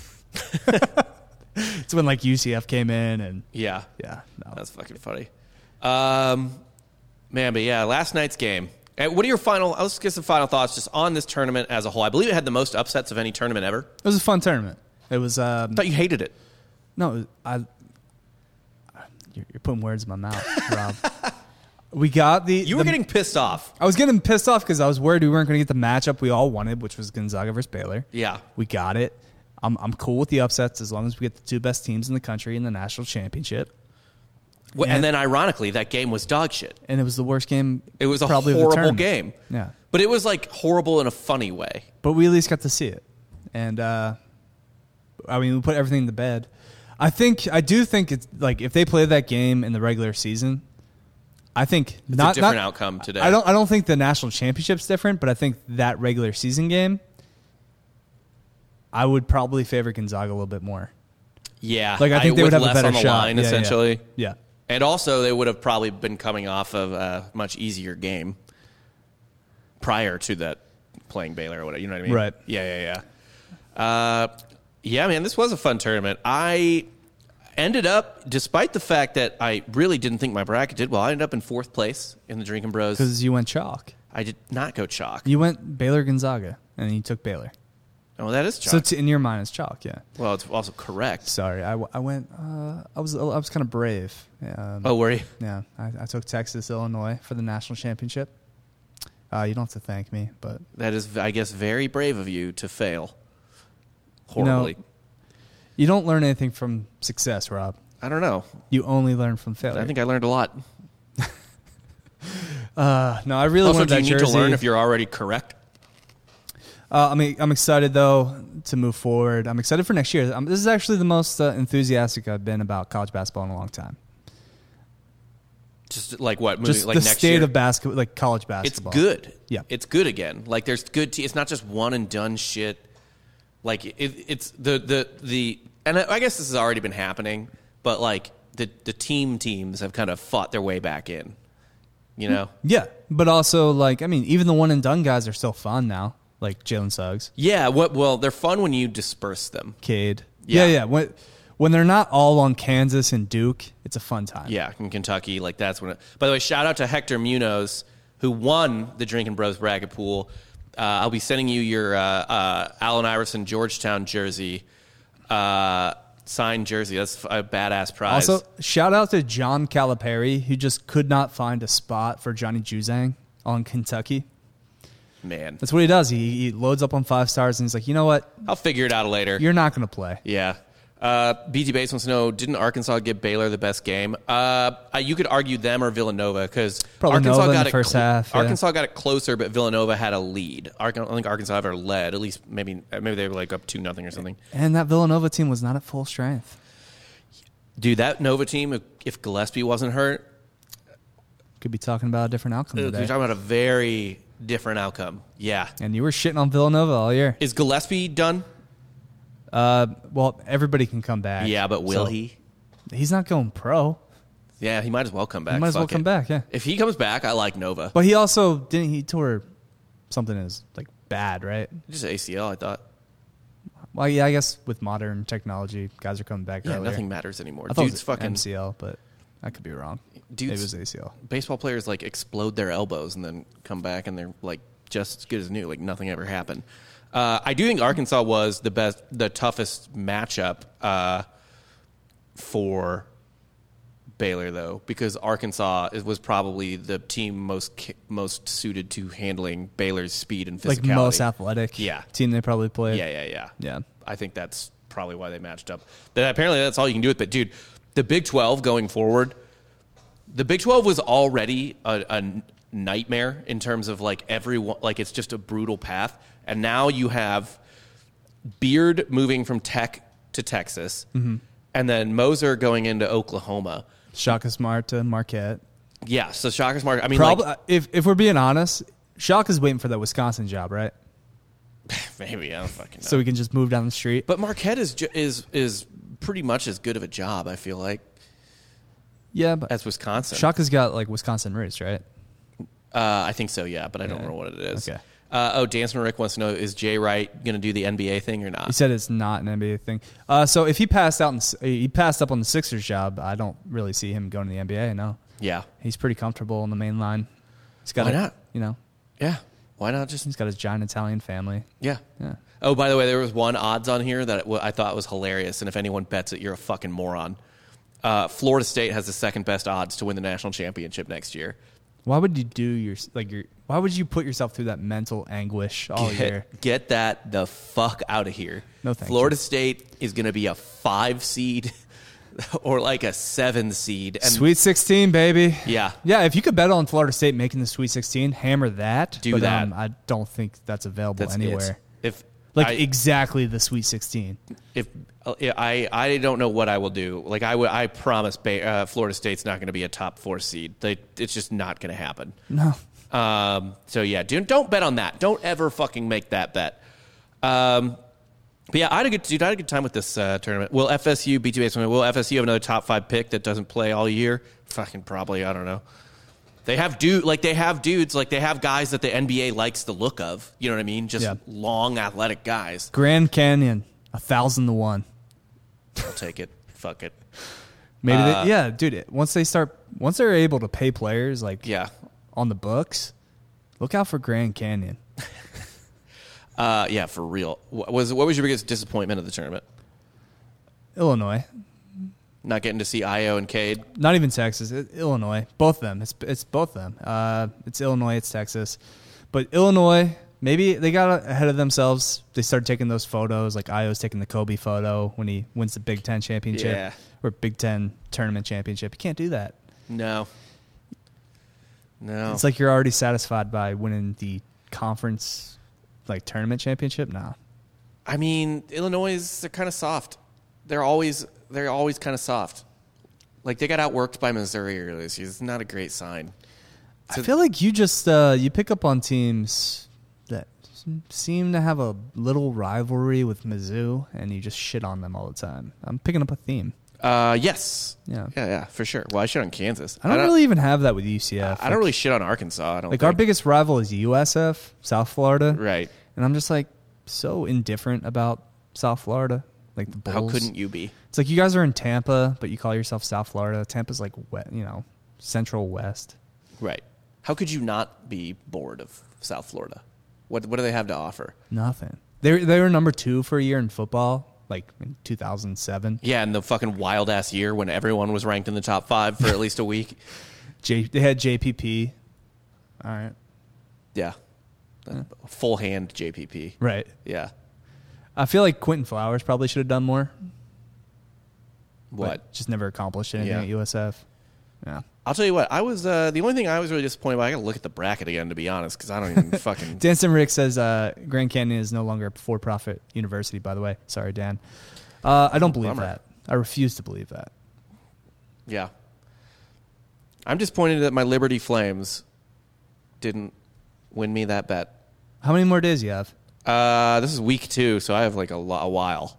[SPEAKER 2] it's when like UCF came in and
[SPEAKER 1] Yeah,
[SPEAKER 2] yeah, no.
[SPEAKER 1] That's fucking funny. Um, man, but yeah, last night's game. Uh, What are your final? Let's get some final thoughts just on this tournament as a whole. I believe it had the most upsets of any tournament ever.
[SPEAKER 2] it was a fun tournament. It was um,
[SPEAKER 1] I thought you hated it.
[SPEAKER 2] No, I. You're, you're putting words in my mouth, Rob. we got the.
[SPEAKER 1] You were
[SPEAKER 2] the-
[SPEAKER 1] getting pissed off.
[SPEAKER 2] I was getting pissed off because I was worried we weren't going to get the matchup we all wanted, which was Gonzaga versus Baylor.
[SPEAKER 1] Yeah.
[SPEAKER 2] we got it. I'm I'm cool with the upsets as long as we get the two best teams in the country in the national championship.
[SPEAKER 1] Wh-
[SPEAKER 2] Yeah.
[SPEAKER 1] And then, ironically, that game was dog shit.
[SPEAKER 2] And it was the worst game.
[SPEAKER 1] It was a
[SPEAKER 2] probably of the
[SPEAKER 1] horrible
[SPEAKER 2] tournament.
[SPEAKER 1] game.
[SPEAKER 2] Yeah,
[SPEAKER 1] But it was like horrible in a funny way.
[SPEAKER 2] but we at least got to see it, and uh, I mean, we put everything to bed. I think I do think it's like if they play that game in the regular season, I think
[SPEAKER 1] It's
[SPEAKER 2] not
[SPEAKER 1] a different
[SPEAKER 2] not,
[SPEAKER 1] outcome today.
[SPEAKER 2] I don't. I don't think the national championship's different, but I think that regular season game, I would probably favor Gonzaga a little bit more.
[SPEAKER 1] Yeah.
[SPEAKER 2] Like I think they
[SPEAKER 1] with
[SPEAKER 2] would have
[SPEAKER 1] less
[SPEAKER 2] a better
[SPEAKER 1] on the
[SPEAKER 2] shot,
[SPEAKER 1] line,
[SPEAKER 2] Yeah, yeah.
[SPEAKER 1] essentially.
[SPEAKER 2] Yeah.
[SPEAKER 1] And also, they would have probably been coming off of a much easier game prior to that playing Baylor or whatever. You know what I mean?
[SPEAKER 2] Right.
[SPEAKER 1] Yeah, yeah, yeah. Uh, yeah, man, this was a fun tournament. I ended up, despite the fact that I really didn't think my bracket did well, I ended up in fourth place in the Drinking Bros.
[SPEAKER 2] because you went chalk.
[SPEAKER 1] I did not go chalk.
[SPEAKER 2] You went Baylor Gonzaga, and you took Baylor.
[SPEAKER 1] oh, that is chalk.
[SPEAKER 2] So t- in your mind, it's chalk. Yeah.
[SPEAKER 1] well, it's also correct.
[SPEAKER 2] Sorry, I, w- I went. Uh, I was I was kind of brave. Um,
[SPEAKER 1] Oh, worry.
[SPEAKER 2] Yeah, I, I took Texas Illinois for the national championship. Uh, you don't have to thank me, but
[SPEAKER 1] That is, I guess, very brave of you to fail
[SPEAKER 2] you know,
[SPEAKER 1] horribly.
[SPEAKER 2] you don't learn anything from success, Rob.
[SPEAKER 1] I don't know.
[SPEAKER 2] You only learn from failure.
[SPEAKER 1] I think I learned a lot.
[SPEAKER 2] Uh, no, I really
[SPEAKER 1] Also,
[SPEAKER 2] wanted
[SPEAKER 1] do
[SPEAKER 2] that
[SPEAKER 1] you need
[SPEAKER 2] jersey.
[SPEAKER 1] to learn if you're already correct?
[SPEAKER 2] uh, I mean, I'm excited though to move forward. I'm excited for next year. Um, this is actually the most uh, enthusiastic I've been about college basketball in a long time.
[SPEAKER 1] Just like what? Moving,
[SPEAKER 2] Just
[SPEAKER 1] like
[SPEAKER 2] the
[SPEAKER 1] next
[SPEAKER 2] state
[SPEAKER 1] year?
[SPEAKER 2] of basketball, like college
[SPEAKER 1] It's
[SPEAKER 2] basketball.
[SPEAKER 1] good.
[SPEAKER 2] Yeah.
[SPEAKER 1] it's good again. Like there's good. Te- it's not just one and done shit. Like it, it's the the the and I I guess this has already been happening, but like the the team teams have kind of fought their way back in. You know.
[SPEAKER 2] Yeah, but also like I mean, even the one and done guys are still fun now. Like Jalen Suggs,
[SPEAKER 1] Yeah. What? Well, they're fun when you disperse them.
[SPEAKER 2] Cade.
[SPEAKER 1] Yeah.
[SPEAKER 2] Yeah, yeah. When when they're not all on Kansas and Duke, it's a fun time.
[SPEAKER 1] Yeah, in Kentucky, like that's when. It, by the way, shout out to Hector Munoz who won the Drinking Bros bracket pool. Uh, I'll be sending you your uh, uh, Allen Iverson Georgetown jersey. Uh, signed jersey. That's a badass prize.
[SPEAKER 2] Also, shout out to John Calipari, who just could not find a spot for Johnny Juzang on Kentucky.
[SPEAKER 1] man,
[SPEAKER 2] That's what he does. He, he loads up on five stars and he's like, you know what?
[SPEAKER 1] I'll figure it out later.
[SPEAKER 2] You're not going to play.
[SPEAKER 1] Yeah. Uh, BT Bates wants to know: Didn't Arkansas give Baylor the best game? Uh, uh, you could argue them or Villanova because
[SPEAKER 2] Probably
[SPEAKER 1] Arkansas
[SPEAKER 2] Nova in
[SPEAKER 1] got
[SPEAKER 2] the
[SPEAKER 1] it
[SPEAKER 2] first half, yeah.
[SPEAKER 1] Arkansas got it closer, but Villanova had a lead. Ark- I think Arkansas ever led at least maybe maybe they were like up two nothing or something.
[SPEAKER 2] And that Villanova team was not at full strength.
[SPEAKER 1] Dude, that Nova team, if- if Gillespie wasn't hurt,
[SPEAKER 2] Could be talking about a different outcome
[SPEAKER 1] we're
[SPEAKER 2] today.
[SPEAKER 1] talking about a very different outcome. Yeah,
[SPEAKER 2] And you were shitting on Villanova all year.
[SPEAKER 1] is Gillespie done?
[SPEAKER 2] Well, everybody can come back.
[SPEAKER 1] Yeah, but will
[SPEAKER 2] So-
[SPEAKER 1] he?
[SPEAKER 2] He's not going pro.
[SPEAKER 1] Yeah, he might as well come back.
[SPEAKER 2] might as well
[SPEAKER 1] Fuck
[SPEAKER 2] come
[SPEAKER 1] it.
[SPEAKER 2] back, yeah.
[SPEAKER 1] if he comes back, I like Nova.
[SPEAKER 2] But he also didn't. He tore something as like bad, right?
[SPEAKER 1] Just ACL, I thought.
[SPEAKER 2] Oh, Well, yeah, I guess with modern technology, guys are coming back.
[SPEAKER 1] Yeah,
[SPEAKER 2] earlier.
[SPEAKER 1] nothing matters anymore.
[SPEAKER 2] I thought
[SPEAKER 1] Dude's
[SPEAKER 2] it was
[SPEAKER 1] fucking
[SPEAKER 2] MCL, but I could be wrong.
[SPEAKER 1] Dude's-
[SPEAKER 2] it was ACL.
[SPEAKER 1] baseball players like explode their elbows and then come back and they're like just as good as new, like nothing ever happened. Uh, I do think Arkansas was the best, the toughest matchup uh, for Baylor though, because Arkansas is, was probably the team most ki- most suited to handling Baylor's speed and physicality.
[SPEAKER 2] Like most athletic,
[SPEAKER 1] Yeah.
[SPEAKER 2] team they probably played.
[SPEAKER 1] Yeah, yeah, yeah.
[SPEAKER 2] Yeah.
[SPEAKER 1] I think that's probably why they matched up. That apparently that's all you can do with it. Dude, the Big Twelve going forward, the Big Twelve was already a, a nightmare in terms of like everyone like it's just a brutal path. And now you have Beard moving from Tech to Texas,
[SPEAKER 2] Mm-hmm.
[SPEAKER 1] and then Moser going into Oklahoma.
[SPEAKER 2] Shaka Smart to Marquette.
[SPEAKER 1] Yeah, so Shaka Smart. I mean,
[SPEAKER 2] Probably,
[SPEAKER 1] like,
[SPEAKER 2] if if we're being honest, Shaka's waiting for that Wisconsin job, right?
[SPEAKER 1] maybe I don't fucking know.
[SPEAKER 2] So we can just move down the street.
[SPEAKER 1] but Marquette is ju- is is pretty much as good of a job. I feel like
[SPEAKER 2] yeah, but
[SPEAKER 1] as Wisconsin.
[SPEAKER 2] Shaka's got like Wisconsin roots, right?
[SPEAKER 1] Uh, I think so, yeah, but I don't know what it is.
[SPEAKER 2] Okay.
[SPEAKER 1] Uh, oh, Dancing Rick wants to know is Jay Wright going to do the NBA thing or not?
[SPEAKER 2] He said it's not an NBA thing. Uh, so if he passed out, and he passed up on the Sixers job, I don't really see him going to the NBA. No,
[SPEAKER 1] yeah.
[SPEAKER 2] he's pretty comfortable on the main line. He's got
[SPEAKER 1] Why
[SPEAKER 2] a-
[SPEAKER 1] not?
[SPEAKER 2] You know,
[SPEAKER 1] Yeah. Why not just.
[SPEAKER 2] he's got his giant Italian family.
[SPEAKER 1] Yeah.
[SPEAKER 2] Yeah.
[SPEAKER 1] Oh, by the way, there was one odds on here that w- I thought was hilarious, and if anyone bets it, you're a fucking moron. Uh, Florida State has the second best odds to win the national championship next year.
[SPEAKER 2] Why would you do your like your? Why would you put yourself through that mental anguish all year?
[SPEAKER 1] Get, get that the fuck out of here.
[SPEAKER 2] Oh, No, thank
[SPEAKER 1] Florida State is going to be a five seed or like a seven seed. And
[SPEAKER 2] Sweet sixteen, baby.
[SPEAKER 1] Yeah.
[SPEAKER 2] yeah. If you could bet on Florida State making the Sweet Sixteen, hammer that.
[SPEAKER 1] Do
[SPEAKER 2] but,
[SPEAKER 1] that.
[SPEAKER 2] Um, I don't think that's available
[SPEAKER 1] that's it.
[SPEAKER 2] anywhere.
[SPEAKER 1] If
[SPEAKER 2] Like
[SPEAKER 1] I-
[SPEAKER 2] exactly the Sweet Sixteen.
[SPEAKER 1] if uh, I I don't know what I will do. Like I would, I promise, Bay, uh, Florida State's not going to be a top four seed. They, it's just not going to happen.
[SPEAKER 2] No.
[SPEAKER 1] Um, so yeah, dude, don't bet on that. Don't ever fucking make that bet. Um, but yeah, I had a good dude. I had a good time with this uh, tournament. Will FSU B2 Bates win? Will FSU have another top five pick that doesn't play all year? Fucking probably. I don't know. They have dude like they have dudes like they have guys that the NBA likes the look of. You know what I mean? Just
[SPEAKER 2] Yeah.
[SPEAKER 1] long athletic guys.
[SPEAKER 2] Grand Canyon, a thousand to one.
[SPEAKER 1] I'll take it. Fuck it.
[SPEAKER 2] Maybe
[SPEAKER 1] Uh,
[SPEAKER 2] they, yeah, dude. it- Once they start, once they're able to pay players like
[SPEAKER 1] Yeah.
[SPEAKER 2] on the books, look out for Grand Canyon.
[SPEAKER 1] Uh, yeah, for real. What was what was your biggest disappointment of the tournament?
[SPEAKER 2] Illinois,
[SPEAKER 1] Not getting to see Io and Cade.
[SPEAKER 2] not even Texas. It, Illinois, both of them. It's it's both of them. Uh, it's Illinois. It's Texas, but Illinois. Maybe they got ahead of themselves. They started taking those photos, like Io's taking the Kobe photo when he wins the Big Ten championship
[SPEAKER 1] Yeah.
[SPEAKER 2] or Big Ten tournament championship. You can't do that.
[SPEAKER 1] No, no. Oh.
[SPEAKER 2] It's like you're already satisfied by winning the conference, like tournament championship. Nah,
[SPEAKER 1] I mean, Illinois is- they're kind of soft. They're always they're always kind of soft. Like they got outworked by Missouri earlier this year. It's not a great sign.
[SPEAKER 2] I feel like you just uh, you pick up on teams that seem to have a little rivalry with Mizzou, and you just shit on them all the time. I'm picking up a theme.
[SPEAKER 1] Uh, yes.
[SPEAKER 2] Yeah.
[SPEAKER 1] Yeah, yeah, for sure. Well, I shit on Kansas.
[SPEAKER 2] I don't, really even have that with UCF.
[SPEAKER 1] I don't really shit on Arkansas. I don't
[SPEAKER 2] like our
[SPEAKER 1] think.
[SPEAKER 2] biggest rival is USF, South Florida,
[SPEAKER 1] Right.
[SPEAKER 2] And I'm just like so indifferent about South Florida. Like the Bulls.
[SPEAKER 1] How couldn't you be?
[SPEAKER 2] It's like you guys are in Tampa, but you call yourself South Florida. Tampa's like wet, you know, Central West.
[SPEAKER 1] Right. How could you not be bored of South Florida? What what do they have to offer?
[SPEAKER 2] Nothing. They they were number two for a year in football. like in 2007.
[SPEAKER 1] Yeah, in the fucking wild ass year when everyone was ranked in the top five for at least a week.
[SPEAKER 2] J- they had JPP. All right.
[SPEAKER 1] Yeah. Full hand JPP.
[SPEAKER 2] Right.
[SPEAKER 1] Yeah.
[SPEAKER 2] I feel like Quentin Flowers probably should have done more. but
[SPEAKER 1] What?
[SPEAKER 2] Just never accomplished anything
[SPEAKER 1] Yeah.
[SPEAKER 2] at USF. Yeah.
[SPEAKER 1] I'll tell you what. I was uh, the only thing I was really disappointed by. I got to look at the bracket again to be honest, because I don't even fucking.
[SPEAKER 2] Danston Rick says uh, Grand Canyon is no longer a for-profit university. By the way, sorry, Dan. Uh, I don't believe
[SPEAKER 1] Bummer.
[SPEAKER 2] that. I refuse to believe that.
[SPEAKER 1] Yeah. I'm disappointed that my Liberty Flames didn't win me that bet.
[SPEAKER 2] How many more days you have?
[SPEAKER 1] Uh, this is week two, so I have like a, lo- a while.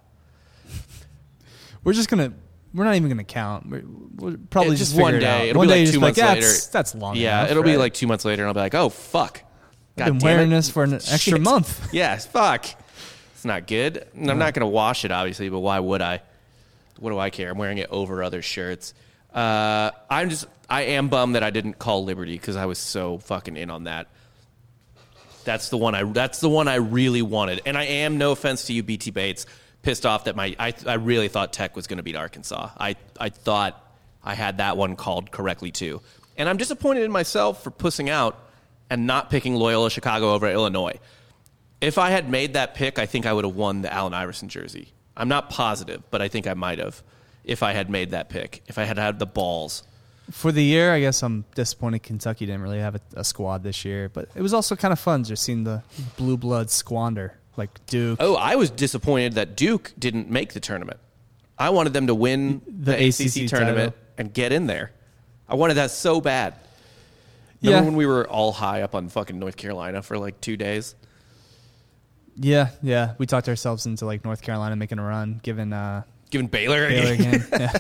[SPEAKER 2] We're just gonna. We're not even gonna count. We're, we're probably
[SPEAKER 1] Yeah, just
[SPEAKER 2] just, figure
[SPEAKER 1] one
[SPEAKER 2] it
[SPEAKER 1] day.
[SPEAKER 2] out.
[SPEAKER 1] It'll
[SPEAKER 2] one
[SPEAKER 1] be
[SPEAKER 2] day
[SPEAKER 1] like
[SPEAKER 2] you're
[SPEAKER 1] two
[SPEAKER 2] just like,
[SPEAKER 1] months
[SPEAKER 2] yeah,
[SPEAKER 1] later.
[SPEAKER 2] that's, that's long.
[SPEAKER 1] yeah,
[SPEAKER 2] enough,
[SPEAKER 1] it'll be
[SPEAKER 2] right?
[SPEAKER 1] like two months later, and I'll be like, oh fuck. God
[SPEAKER 2] I've been
[SPEAKER 1] damn
[SPEAKER 2] wearing
[SPEAKER 1] it.
[SPEAKER 2] this for an extra
[SPEAKER 1] Shit.
[SPEAKER 2] month.
[SPEAKER 1] Yes, fuck. It's not good. And I'm not going to wash it, obviously, but why would I? What do I care? I'm wearing it over other shirts. Uh, I'm just, I am bummed that I didn't call Liberty because I was so fucking in on that. That's the one I. That's the one I really wanted. And I am, no offense to you, BT Bates, pissed off that my. I, I really thought Tech was going to beat Arkansas. I I thought I had that one called correctly too. And I'm disappointed in myself for pussing out and not picking Loyola Chicago over Illinois. If I had made that pick, I think I would have won the Allen Iverson jersey. I'm not positive, but I think I might have if I had made that pick. If I had had the balls.
[SPEAKER 2] for the year. I guess I'm disappointed Kentucky didn't really have a, a squad this year, but it was also kind of fun just seeing the blue blood squander like Duke,
[SPEAKER 1] Oh, I was disappointed that Duke didn't make the tournament. I wanted them to win the,
[SPEAKER 2] The
[SPEAKER 1] ACC,
[SPEAKER 2] ACC
[SPEAKER 1] tournament
[SPEAKER 2] title.
[SPEAKER 1] and get in there. I wanted that so bad. Remember
[SPEAKER 2] Yeah.
[SPEAKER 1] when we were all high up on fucking North Carolina for like two days?
[SPEAKER 2] Yeah, yeah. We talked ourselves into like North Carolina making a run, given uh,
[SPEAKER 1] Giving Baylor,
[SPEAKER 2] Baylor again. Yeah.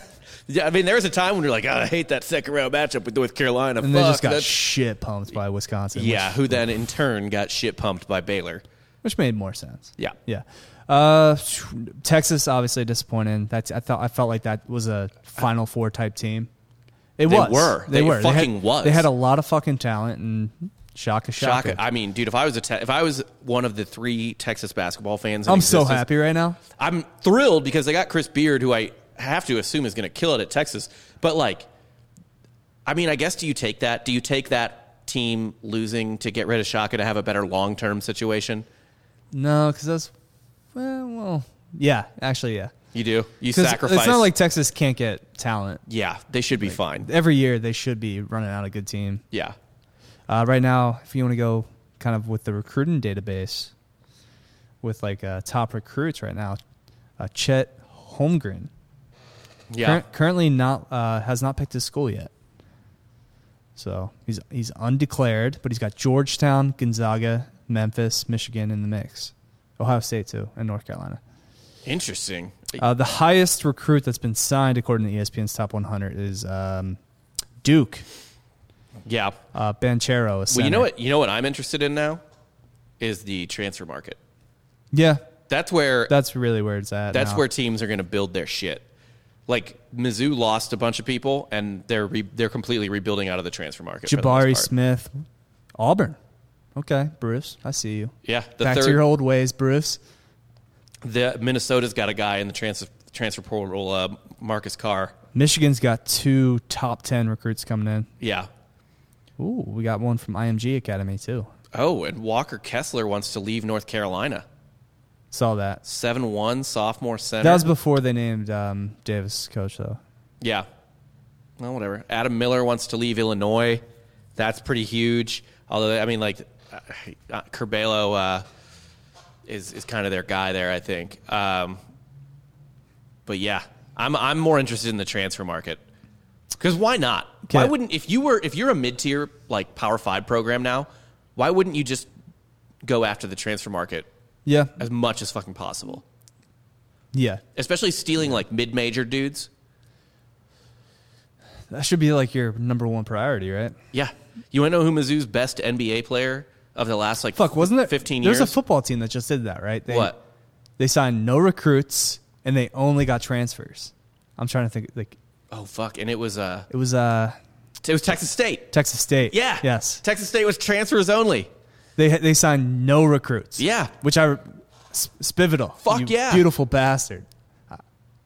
[SPEAKER 1] yeah, I mean, there was a time when we were like, oh, I hate that second round matchup with North Carolina.
[SPEAKER 2] And
[SPEAKER 1] Fuck,
[SPEAKER 2] they just got
[SPEAKER 1] that's-
[SPEAKER 2] shit pumped by Wisconsin.
[SPEAKER 1] yeah,
[SPEAKER 2] which,
[SPEAKER 1] who then in turn got shit pumped by Baylor.
[SPEAKER 2] which made more sense.
[SPEAKER 1] Yeah.
[SPEAKER 2] yeah. Uh, Texas obviously disappointing. That's I thought I felt like that was a Final Four type team. It
[SPEAKER 1] They
[SPEAKER 2] was.
[SPEAKER 1] were. They
[SPEAKER 2] They were. had-
[SPEAKER 1] fucking was.
[SPEAKER 2] They had a lot of fucking talent and shaka shaka.
[SPEAKER 1] Shaka. I mean, dude, if I was a te- if I was one of the three Texas basketball fans, in
[SPEAKER 2] I'm so
[SPEAKER 1] existence,
[SPEAKER 2] happy right now.
[SPEAKER 1] I'm thrilled because they got Chris Beard, who I have to assume is going to kill it at Texas. But like, I mean, I guess do you take that? Do you take that team losing to get rid of Shaka to have a better long term situation?
[SPEAKER 2] No, because that's well, well, yeah. Actually, yeah.
[SPEAKER 1] You do. You
[SPEAKER 2] 'Cause
[SPEAKER 1] sacrifice.
[SPEAKER 2] It's not like Texas can't get talent.
[SPEAKER 1] yeah, they should be fine.
[SPEAKER 2] Every year they should be running out a good team.
[SPEAKER 1] Yeah,
[SPEAKER 2] Uh, right now, if you want to go kind of with the recruiting database, with like uh, top recruits right now, uh, Chet Holmgren
[SPEAKER 1] yeah.
[SPEAKER 2] Curr- currently not uh, has not picked his school yet. So he's he's undeclared, but he's got Georgetown, Gonzaga, Memphis, Michigan in the mix, Ohio State too, and North Carolina.
[SPEAKER 1] Interesting.
[SPEAKER 2] Uh, the highest recruit that's been signed, according to E ESPN's top 100, is um, Duke
[SPEAKER 1] yeah.
[SPEAKER 2] uh, Banchero.
[SPEAKER 1] Well, you know what? You know what I'm interested in now is the transfer market.
[SPEAKER 2] Yeah,
[SPEAKER 1] That's where
[SPEAKER 2] that's really where it's at.
[SPEAKER 1] That's
[SPEAKER 2] now.
[SPEAKER 1] where teams are going to build their shit. Like Mizzou lost a bunch of people, and they're re- they're completely rebuilding out of the transfer market. for the
[SPEAKER 2] Jabari
[SPEAKER 1] most part.
[SPEAKER 2] Smith, Auburn. Okay, Bruce, I see you.
[SPEAKER 1] yeah. The
[SPEAKER 2] Back
[SPEAKER 1] third,
[SPEAKER 2] to your old ways, Bruce.
[SPEAKER 1] the Minnesota's got a guy in the transfer transfer portal, uh, Marcus Carr.
[SPEAKER 2] Michigan's got two top ten recruits coming in.
[SPEAKER 1] Yeah.
[SPEAKER 2] Ooh, we got one from IMG Academy too.
[SPEAKER 1] Oh, and Walker Kessler wants to leave North Carolina.
[SPEAKER 2] Saw that.
[SPEAKER 1] Seven one sophomore center.
[SPEAKER 2] That was before they named um, Davis coach though.
[SPEAKER 1] Yeah. Well, whatever. Adam Miller wants to leave Illinois. That's pretty huge. Although, I mean, like, uh, uh, Curbelo uh, is is kind of their guy there, I think. Um, but yeah, I'm I'm more interested in the transfer market because why not? Why
[SPEAKER 2] Okay.
[SPEAKER 1] wouldn't if you were if you're a mid tier like Power Five program now, why wouldn't you just go after the transfer market
[SPEAKER 2] Yeah,
[SPEAKER 1] as much as fucking possible?
[SPEAKER 2] yeah.
[SPEAKER 1] Especially stealing like mid major dudes.
[SPEAKER 2] That should be like your number one priority, right?
[SPEAKER 1] Yeah. You want to know who Mizzou's best NBA player of the last like
[SPEAKER 2] Fuck, wasn't there?
[SPEAKER 1] fifteen
[SPEAKER 2] There's
[SPEAKER 1] years?
[SPEAKER 2] a football team that just did that, right? They,
[SPEAKER 1] What?
[SPEAKER 2] They signed no recruits and they only got transfers. I'm trying to think. Like
[SPEAKER 1] oh fuck! And it was uh,
[SPEAKER 2] it was uh,
[SPEAKER 1] it was Texas State.
[SPEAKER 2] Texas State.
[SPEAKER 1] Yeah.
[SPEAKER 2] Yes.
[SPEAKER 1] Texas State was transfers only.
[SPEAKER 2] They they signed no recruits.
[SPEAKER 1] Yeah.
[SPEAKER 2] Which I Spivital.
[SPEAKER 1] Fuck
[SPEAKER 2] you
[SPEAKER 1] yeah.
[SPEAKER 2] Beautiful bastard.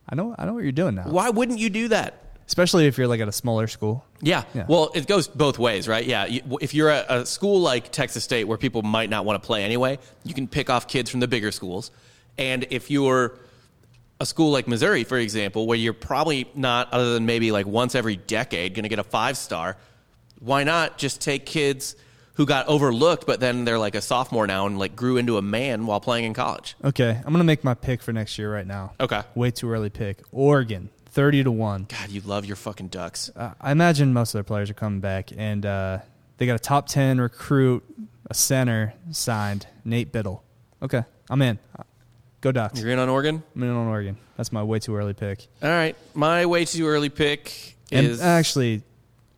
[SPEAKER 2] I know, I know what you're doing now.
[SPEAKER 1] Why wouldn't you do that?
[SPEAKER 2] Especially if you're like at a smaller school.
[SPEAKER 1] Yeah.
[SPEAKER 2] Yeah.
[SPEAKER 1] Well, it goes both ways, right? Yeah. You- If you're at a school like Texas State where people might not want to play anyway, you can pick off kids from the bigger schools. And if you're a school like Missouri, for example, where you're probably not, other than maybe like once every decade, going to get a five star, why not just take kids who got overlooked, but then they're like a sophomore now and like grew into a man while playing in college?
[SPEAKER 2] Okay, I'm gonna make my pick for next year right now.
[SPEAKER 1] Okay.
[SPEAKER 2] Way too early pick. Oregon, thirty to one.
[SPEAKER 1] God, you love your fucking ducks.
[SPEAKER 2] Uh, I imagine most of their players are coming back, and uh, they got a top ten recruit, a center signed, Nate Biddle. Okay, I'm in. Go Ducks.
[SPEAKER 1] You're in on Oregon?
[SPEAKER 2] I'm in on Oregon. That's my way too early pick.
[SPEAKER 1] All right. My way too early pick
[SPEAKER 2] And
[SPEAKER 1] is
[SPEAKER 2] actually,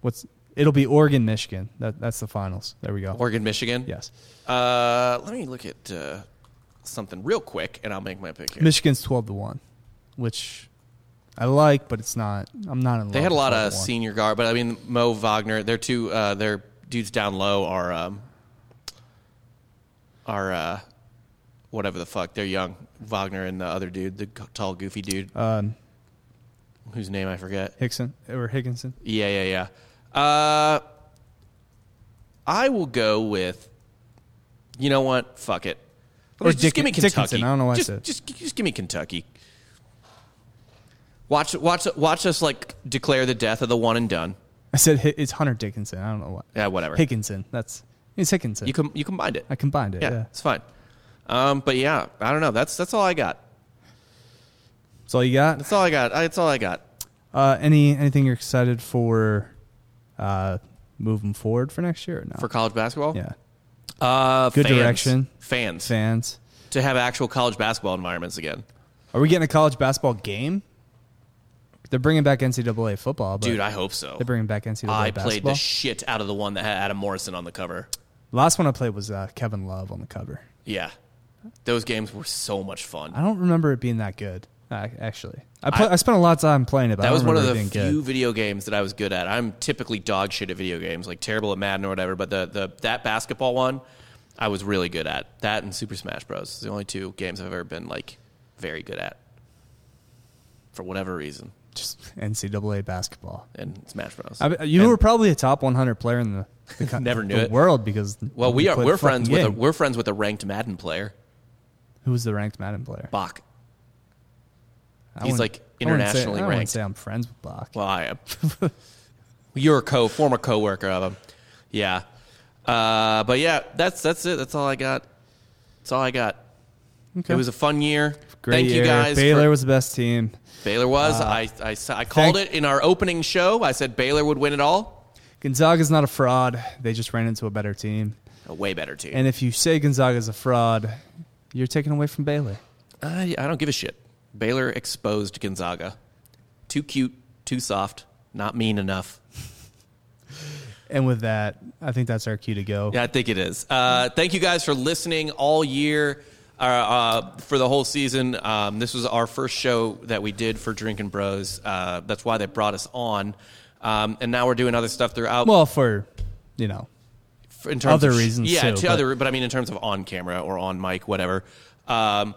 [SPEAKER 2] what's it'll be Oregon, Michigan. That, that's the finals. There we go.
[SPEAKER 1] Oregon, Michigan.
[SPEAKER 2] Yes,
[SPEAKER 1] Uh, let me look at uh, something real quick, and I'll make my pick here.
[SPEAKER 2] Michigan's twelve to one, which I like, but it's not. I'm not in. Love
[SPEAKER 1] they had a
[SPEAKER 2] with
[SPEAKER 1] lot
[SPEAKER 2] 12
[SPEAKER 1] of
[SPEAKER 2] to one.
[SPEAKER 1] senior guard, but I mean Mo Wagner. Their two, uh, their dudes down low are um, are uh, whatever the fuck. They're young. Wagner and the other dude, the g- tall, goofy dude,
[SPEAKER 2] Um,
[SPEAKER 1] whose name I forget.
[SPEAKER 2] Hickson or Higginson.
[SPEAKER 1] Yeah, yeah, yeah. Uh, I will go with. You know what? Fuck it.
[SPEAKER 2] Or
[SPEAKER 1] just
[SPEAKER 2] Dick-
[SPEAKER 1] give me Kentucky.
[SPEAKER 2] Dickinson. I don't know why I
[SPEAKER 1] just,
[SPEAKER 2] said-
[SPEAKER 1] Just, just give me Kentucky. Watch, watch, watch us like declare the death of the one and done.
[SPEAKER 2] I said Hi- it's Hunter Dickinson. I don't know what.
[SPEAKER 1] Yeah, whatever.
[SPEAKER 2] Hickinson. That's it's Hickinson.
[SPEAKER 1] You com- you combined it.
[SPEAKER 2] I combined it.
[SPEAKER 1] yeah,
[SPEAKER 2] Yeah.
[SPEAKER 1] it's fine. Um, but yeah, I don't know. That's that's all I got.
[SPEAKER 2] That's all you got.
[SPEAKER 1] That's all I got. I, that's all I got.
[SPEAKER 2] Uh, any anything you're excited for? Uh, moving forward for next year or no?
[SPEAKER 1] For college basketball,
[SPEAKER 2] yeah,
[SPEAKER 1] uh,
[SPEAKER 2] Good
[SPEAKER 1] fans.
[SPEAKER 2] direction.
[SPEAKER 1] fans,
[SPEAKER 2] fans.
[SPEAKER 1] to have actual college basketball environments again.
[SPEAKER 2] Are we getting a college basketball game? They're bringing back NCAA football, but
[SPEAKER 1] Dude, I hope so.
[SPEAKER 2] they're bringing back NCAA
[SPEAKER 1] I
[SPEAKER 2] basketball.
[SPEAKER 1] played the shit out of the one that had Adam Morrison on the cover.
[SPEAKER 2] Last one I played was uh, Kevin Love on the cover.
[SPEAKER 1] Yeah. Those games were so much
[SPEAKER 2] I
[SPEAKER 1] fun.
[SPEAKER 2] don't remember it being that good. Uh, actually, I, play, I spent a lot of time playing it. But I
[SPEAKER 1] That was
[SPEAKER 2] don't
[SPEAKER 1] one of the
[SPEAKER 2] remember it being
[SPEAKER 1] few
[SPEAKER 2] good.
[SPEAKER 1] video games that I was good at. I'm typically dog shit at video games, like terrible at Madden or whatever, but the, the that basketball one I was really good at. That and Super Smash Bros. is the only two games I've ever been like very good at. For whatever reason.
[SPEAKER 2] Just NCAA basketball.
[SPEAKER 1] And Smash Bros.
[SPEAKER 2] I, you
[SPEAKER 1] And-
[SPEAKER 2] were probably a top 100 player in the, the co-
[SPEAKER 1] Never knew
[SPEAKER 2] the
[SPEAKER 1] it.
[SPEAKER 2] world because
[SPEAKER 1] well, we
[SPEAKER 2] you
[SPEAKER 1] are
[SPEAKER 2] played
[SPEAKER 1] we're
[SPEAKER 2] the fucking
[SPEAKER 1] friends with a,
[SPEAKER 2] game.
[SPEAKER 1] we're friends with a ranked Madden player,
[SPEAKER 2] who was the ranked Madden player?
[SPEAKER 1] Bach.
[SPEAKER 2] I
[SPEAKER 1] he's,
[SPEAKER 2] wouldn't-
[SPEAKER 1] like,
[SPEAKER 2] I wouldn't say-
[SPEAKER 1] internationally
[SPEAKER 2] I wouldn't
[SPEAKER 1] ranked.
[SPEAKER 2] say I'm friends with Bach.
[SPEAKER 1] Well, I am. You're a co former coworker of him. Yeah. Uh, but yeah, that's that's it. That's all I got. That's all I got.
[SPEAKER 2] Okay.
[SPEAKER 1] It was a fun year.
[SPEAKER 2] Great
[SPEAKER 1] Thank
[SPEAKER 2] year.
[SPEAKER 1] you guys.
[SPEAKER 2] Baylor
[SPEAKER 1] for-
[SPEAKER 2] was the best team.
[SPEAKER 1] Baylor was. I, I, s- I called
[SPEAKER 2] thank-
[SPEAKER 1] it in our opening show. I said Baylor would win it all.
[SPEAKER 2] Gonzaga's not a fraud. They just ran into a better team.
[SPEAKER 1] A way better team.
[SPEAKER 2] And if you say Gonzaga's a fraud, you're taken away from Baylor.
[SPEAKER 1] I, I don't give a shit. Baylor exposed Gonzaga. Too cute, too soft, not mean enough.
[SPEAKER 2] And with that, I think that's our cue to go.
[SPEAKER 1] Yeah, I think it is. Uh, thank you guys for listening all year. Uh, uh, for the whole season, um, this was our first show that we did for Drinking Bros. Uh, that's why they brought us on, um, and now we're doing other stuff throughout.
[SPEAKER 2] Well, for you know,
[SPEAKER 1] for- in terms
[SPEAKER 2] other
[SPEAKER 1] of sh-
[SPEAKER 2] reasons
[SPEAKER 1] yeah,
[SPEAKER 2] too,
[SPEAKER 1] to
[SPEAKER 2] but-
[SPEAKER 1] other, but I mean in terms of on camera or on mic, whatever. Um,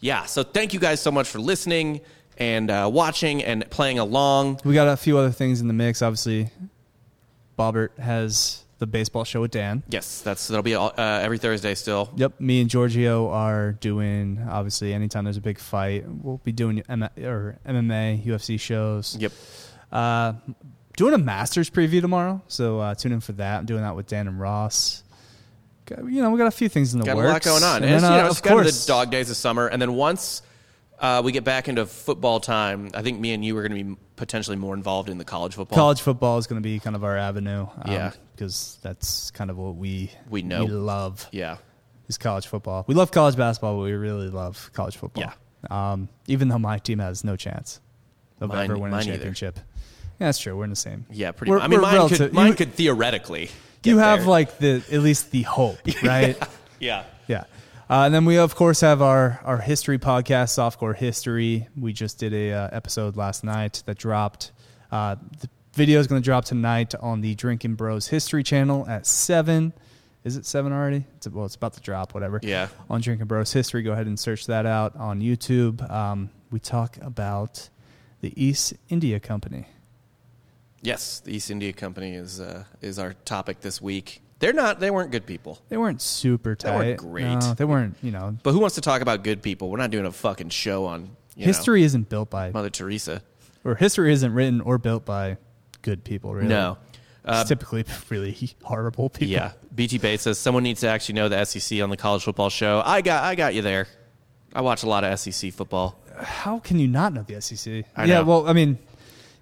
[SPEAKER 1] yeah, so thank you guys so much for listening and uh, watching and playing along.
[SPEAKER 2] we got a few other things in the mix. Obviously, Bobbert has the baseball show with Dan.
[SPEAKER 1] Yes, that's that'll be all, uh, every Thursday still.
[SPEAKER 2] Yep, me and Giorgio are doing obviously anytime there's a big fight, we'll be doing M- or MMA, UFC shows.
[SPEAKER 1] Yep.
[SPEAKER 2] Uh, doing a Masters preview tomorrow, so uh, tune in for that. I'm doing that with Dan and Ross. Got- You know, we got a few things in the
[SPEAKER 1] Got
[SPEAKER 2] works.
[SPEAKER 1] a lot going on.
[SPEAKER 2] and
[SPEAKER 1] And it's,
[SPEAKER 2] then,
[SPEAKER 1] you
[SPEAKER 2] uh,
[SPEAKER 1] know, it's
[SPEAKER 2] of
[SPEAKER 1] kind of
[SPEAKER 2] course,
[SPEAKER 1] the dog days of summer. And then once uh, we get back into football time, I think me and you are going to be potentially more involved in the college football.
[SPEAKER 2] college football is going to be kind of our avenue. um,
[SPEAKER 1] Yeah.
[SPEAKER 2] because that's kind of what we
[SPEAKER 1] We know.
[SPEAKER 2] love
[SPEAKER 1] Yeah.
[SPEAKER 2] is college football. We love college basketball, but we really love college football. Yeah. Um, even though my team has no chance of
[SPEAKER 1] Mine-
[SPEAKER 2] ever winning a
[SPEAKER 1] mine either.
[SPEAKER 2] championship. Yeah, that's true. We're in the same.
[SPEAKER 1] Yeah, pretty
[SPEAKER 2] We're-
[SPEAKER 1] much. I mean,
[SPEAKER 2] we're
[SPEAKER 1] mine,
[SPEAKER 2] relative-
[SPEAKER 1] could, mine
[SPEAKER 2] you,
[SPEAKER 1] could theoretically.
[SPEAKER 2] you
[SPEAKER 1] get
[SPEAKER 2] have
[SPEAKER 1] there.
[SPEAKER 2] like the at least the hope, right?
[SPEAKER 1] Yeah.
[SPEAKER 2] Yeah. Uh, and then we of course have our our history podcast, softcore history. We just did a uh, episode last night that dropped. Uh, the video is going to drop tonight on the Drinking Bros History channel at seven. Is it seven already? It's, well, it's about to drop. Whatever.
[SPEAKER 1] Yeah.
[SPEAKER 2] On Drinking Bros History, go ahead and search that out on YouTube. Um, we talk about the East India Company.
[SPEAKER 1] Yes, the East India Company is uh, is our topic this week. They're not. They weren't good people.
[SPEAKER 2] They weren't super tight.
[SPEAKER 1] They weren't great.
[SPEAKER 2] No, they weren't, you know.
[SPEAKER 1] But who wants to talk about good people? We're not doing a fucking show on you know,
[SPEAKER 2] history isn't built by,
[SPEAKER 1] Mother Teresa.
[SPEAKER 2] or history isn't written or built by good people, really.
[SPEAKER 1] No. Uh, Um,
[SPEAKER 2] it's typically really horrible people.
[SPEAKER 1] Yeah. BT Bates says someone needs to actually know the SEC on the college football show. I got I got you there. I watch a lot of SEC football.
[SPEAKER 2] How can you not know the SEC?
[SPEAKER 1] I
[SPEAKER 2] yeah,
[SPEAKER 1] know.
[SPEAKER 2] well, I mean,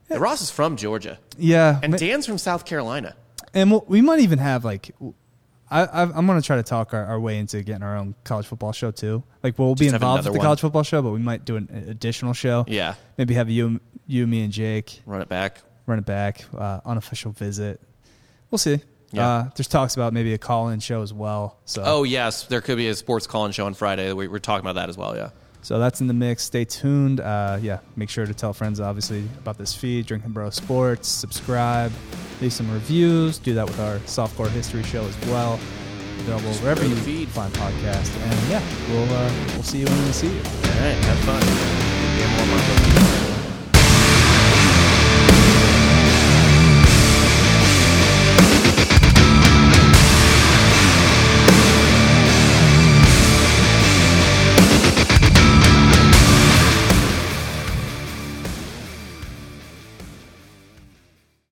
[SPEAKER 1] And Ross is from Georgia,
[SPEAKER 2] yeah.
[SPEAKER 1] and
[SPEAKER 2] ma-
[SPEAKER 1] Dan's from South Carolina.
[SPEAKER 2] and we'll, we might even have like I, I I'm gonna try to talk our, our way into getting our own college football show too. Like we'll be
[SPEAKER 1] Just have
[SPEAKER 2] involved with
[SPEAKER 1] another
[SPEAKER 2] the
[SPEAKER 1] one.
[SPEAKER 2] college football show, but we might do an additional show.
[SPEAKER 1] Yeah.
[SPEAKER 2] maybe have you you me and Jake
[SPEAKER 1] Run it back.
[SPEAKER 2] run it back uh, unofficial visit. We'll see.
[SPEAKER 1] Yeah.
[SPEAKER 2] Uh, there's talks about maybe a call in show as well. So
[SPEAKER 1] Oh yes, there could be a sports call-in show on Friday. We, we're talking about that as well. Yeah.
[SPEAKER 2] so that's in the mix. Stay tuned. Uh, yeah, make sure to tell friends obviously about this feed. Drinking Bro Sports. Subscribe. Leave some reviews. Do that with our softcore history show as well. Available wherever
[SPEAKER 1] grow
[SPEAKER 2] you
[SPEAKER 1] the feed.
[SPEAKER 2] find podcasts. And yeah, we'll uh, we'll see you when we see you.
[SPEAKER 1] All right. Have fun.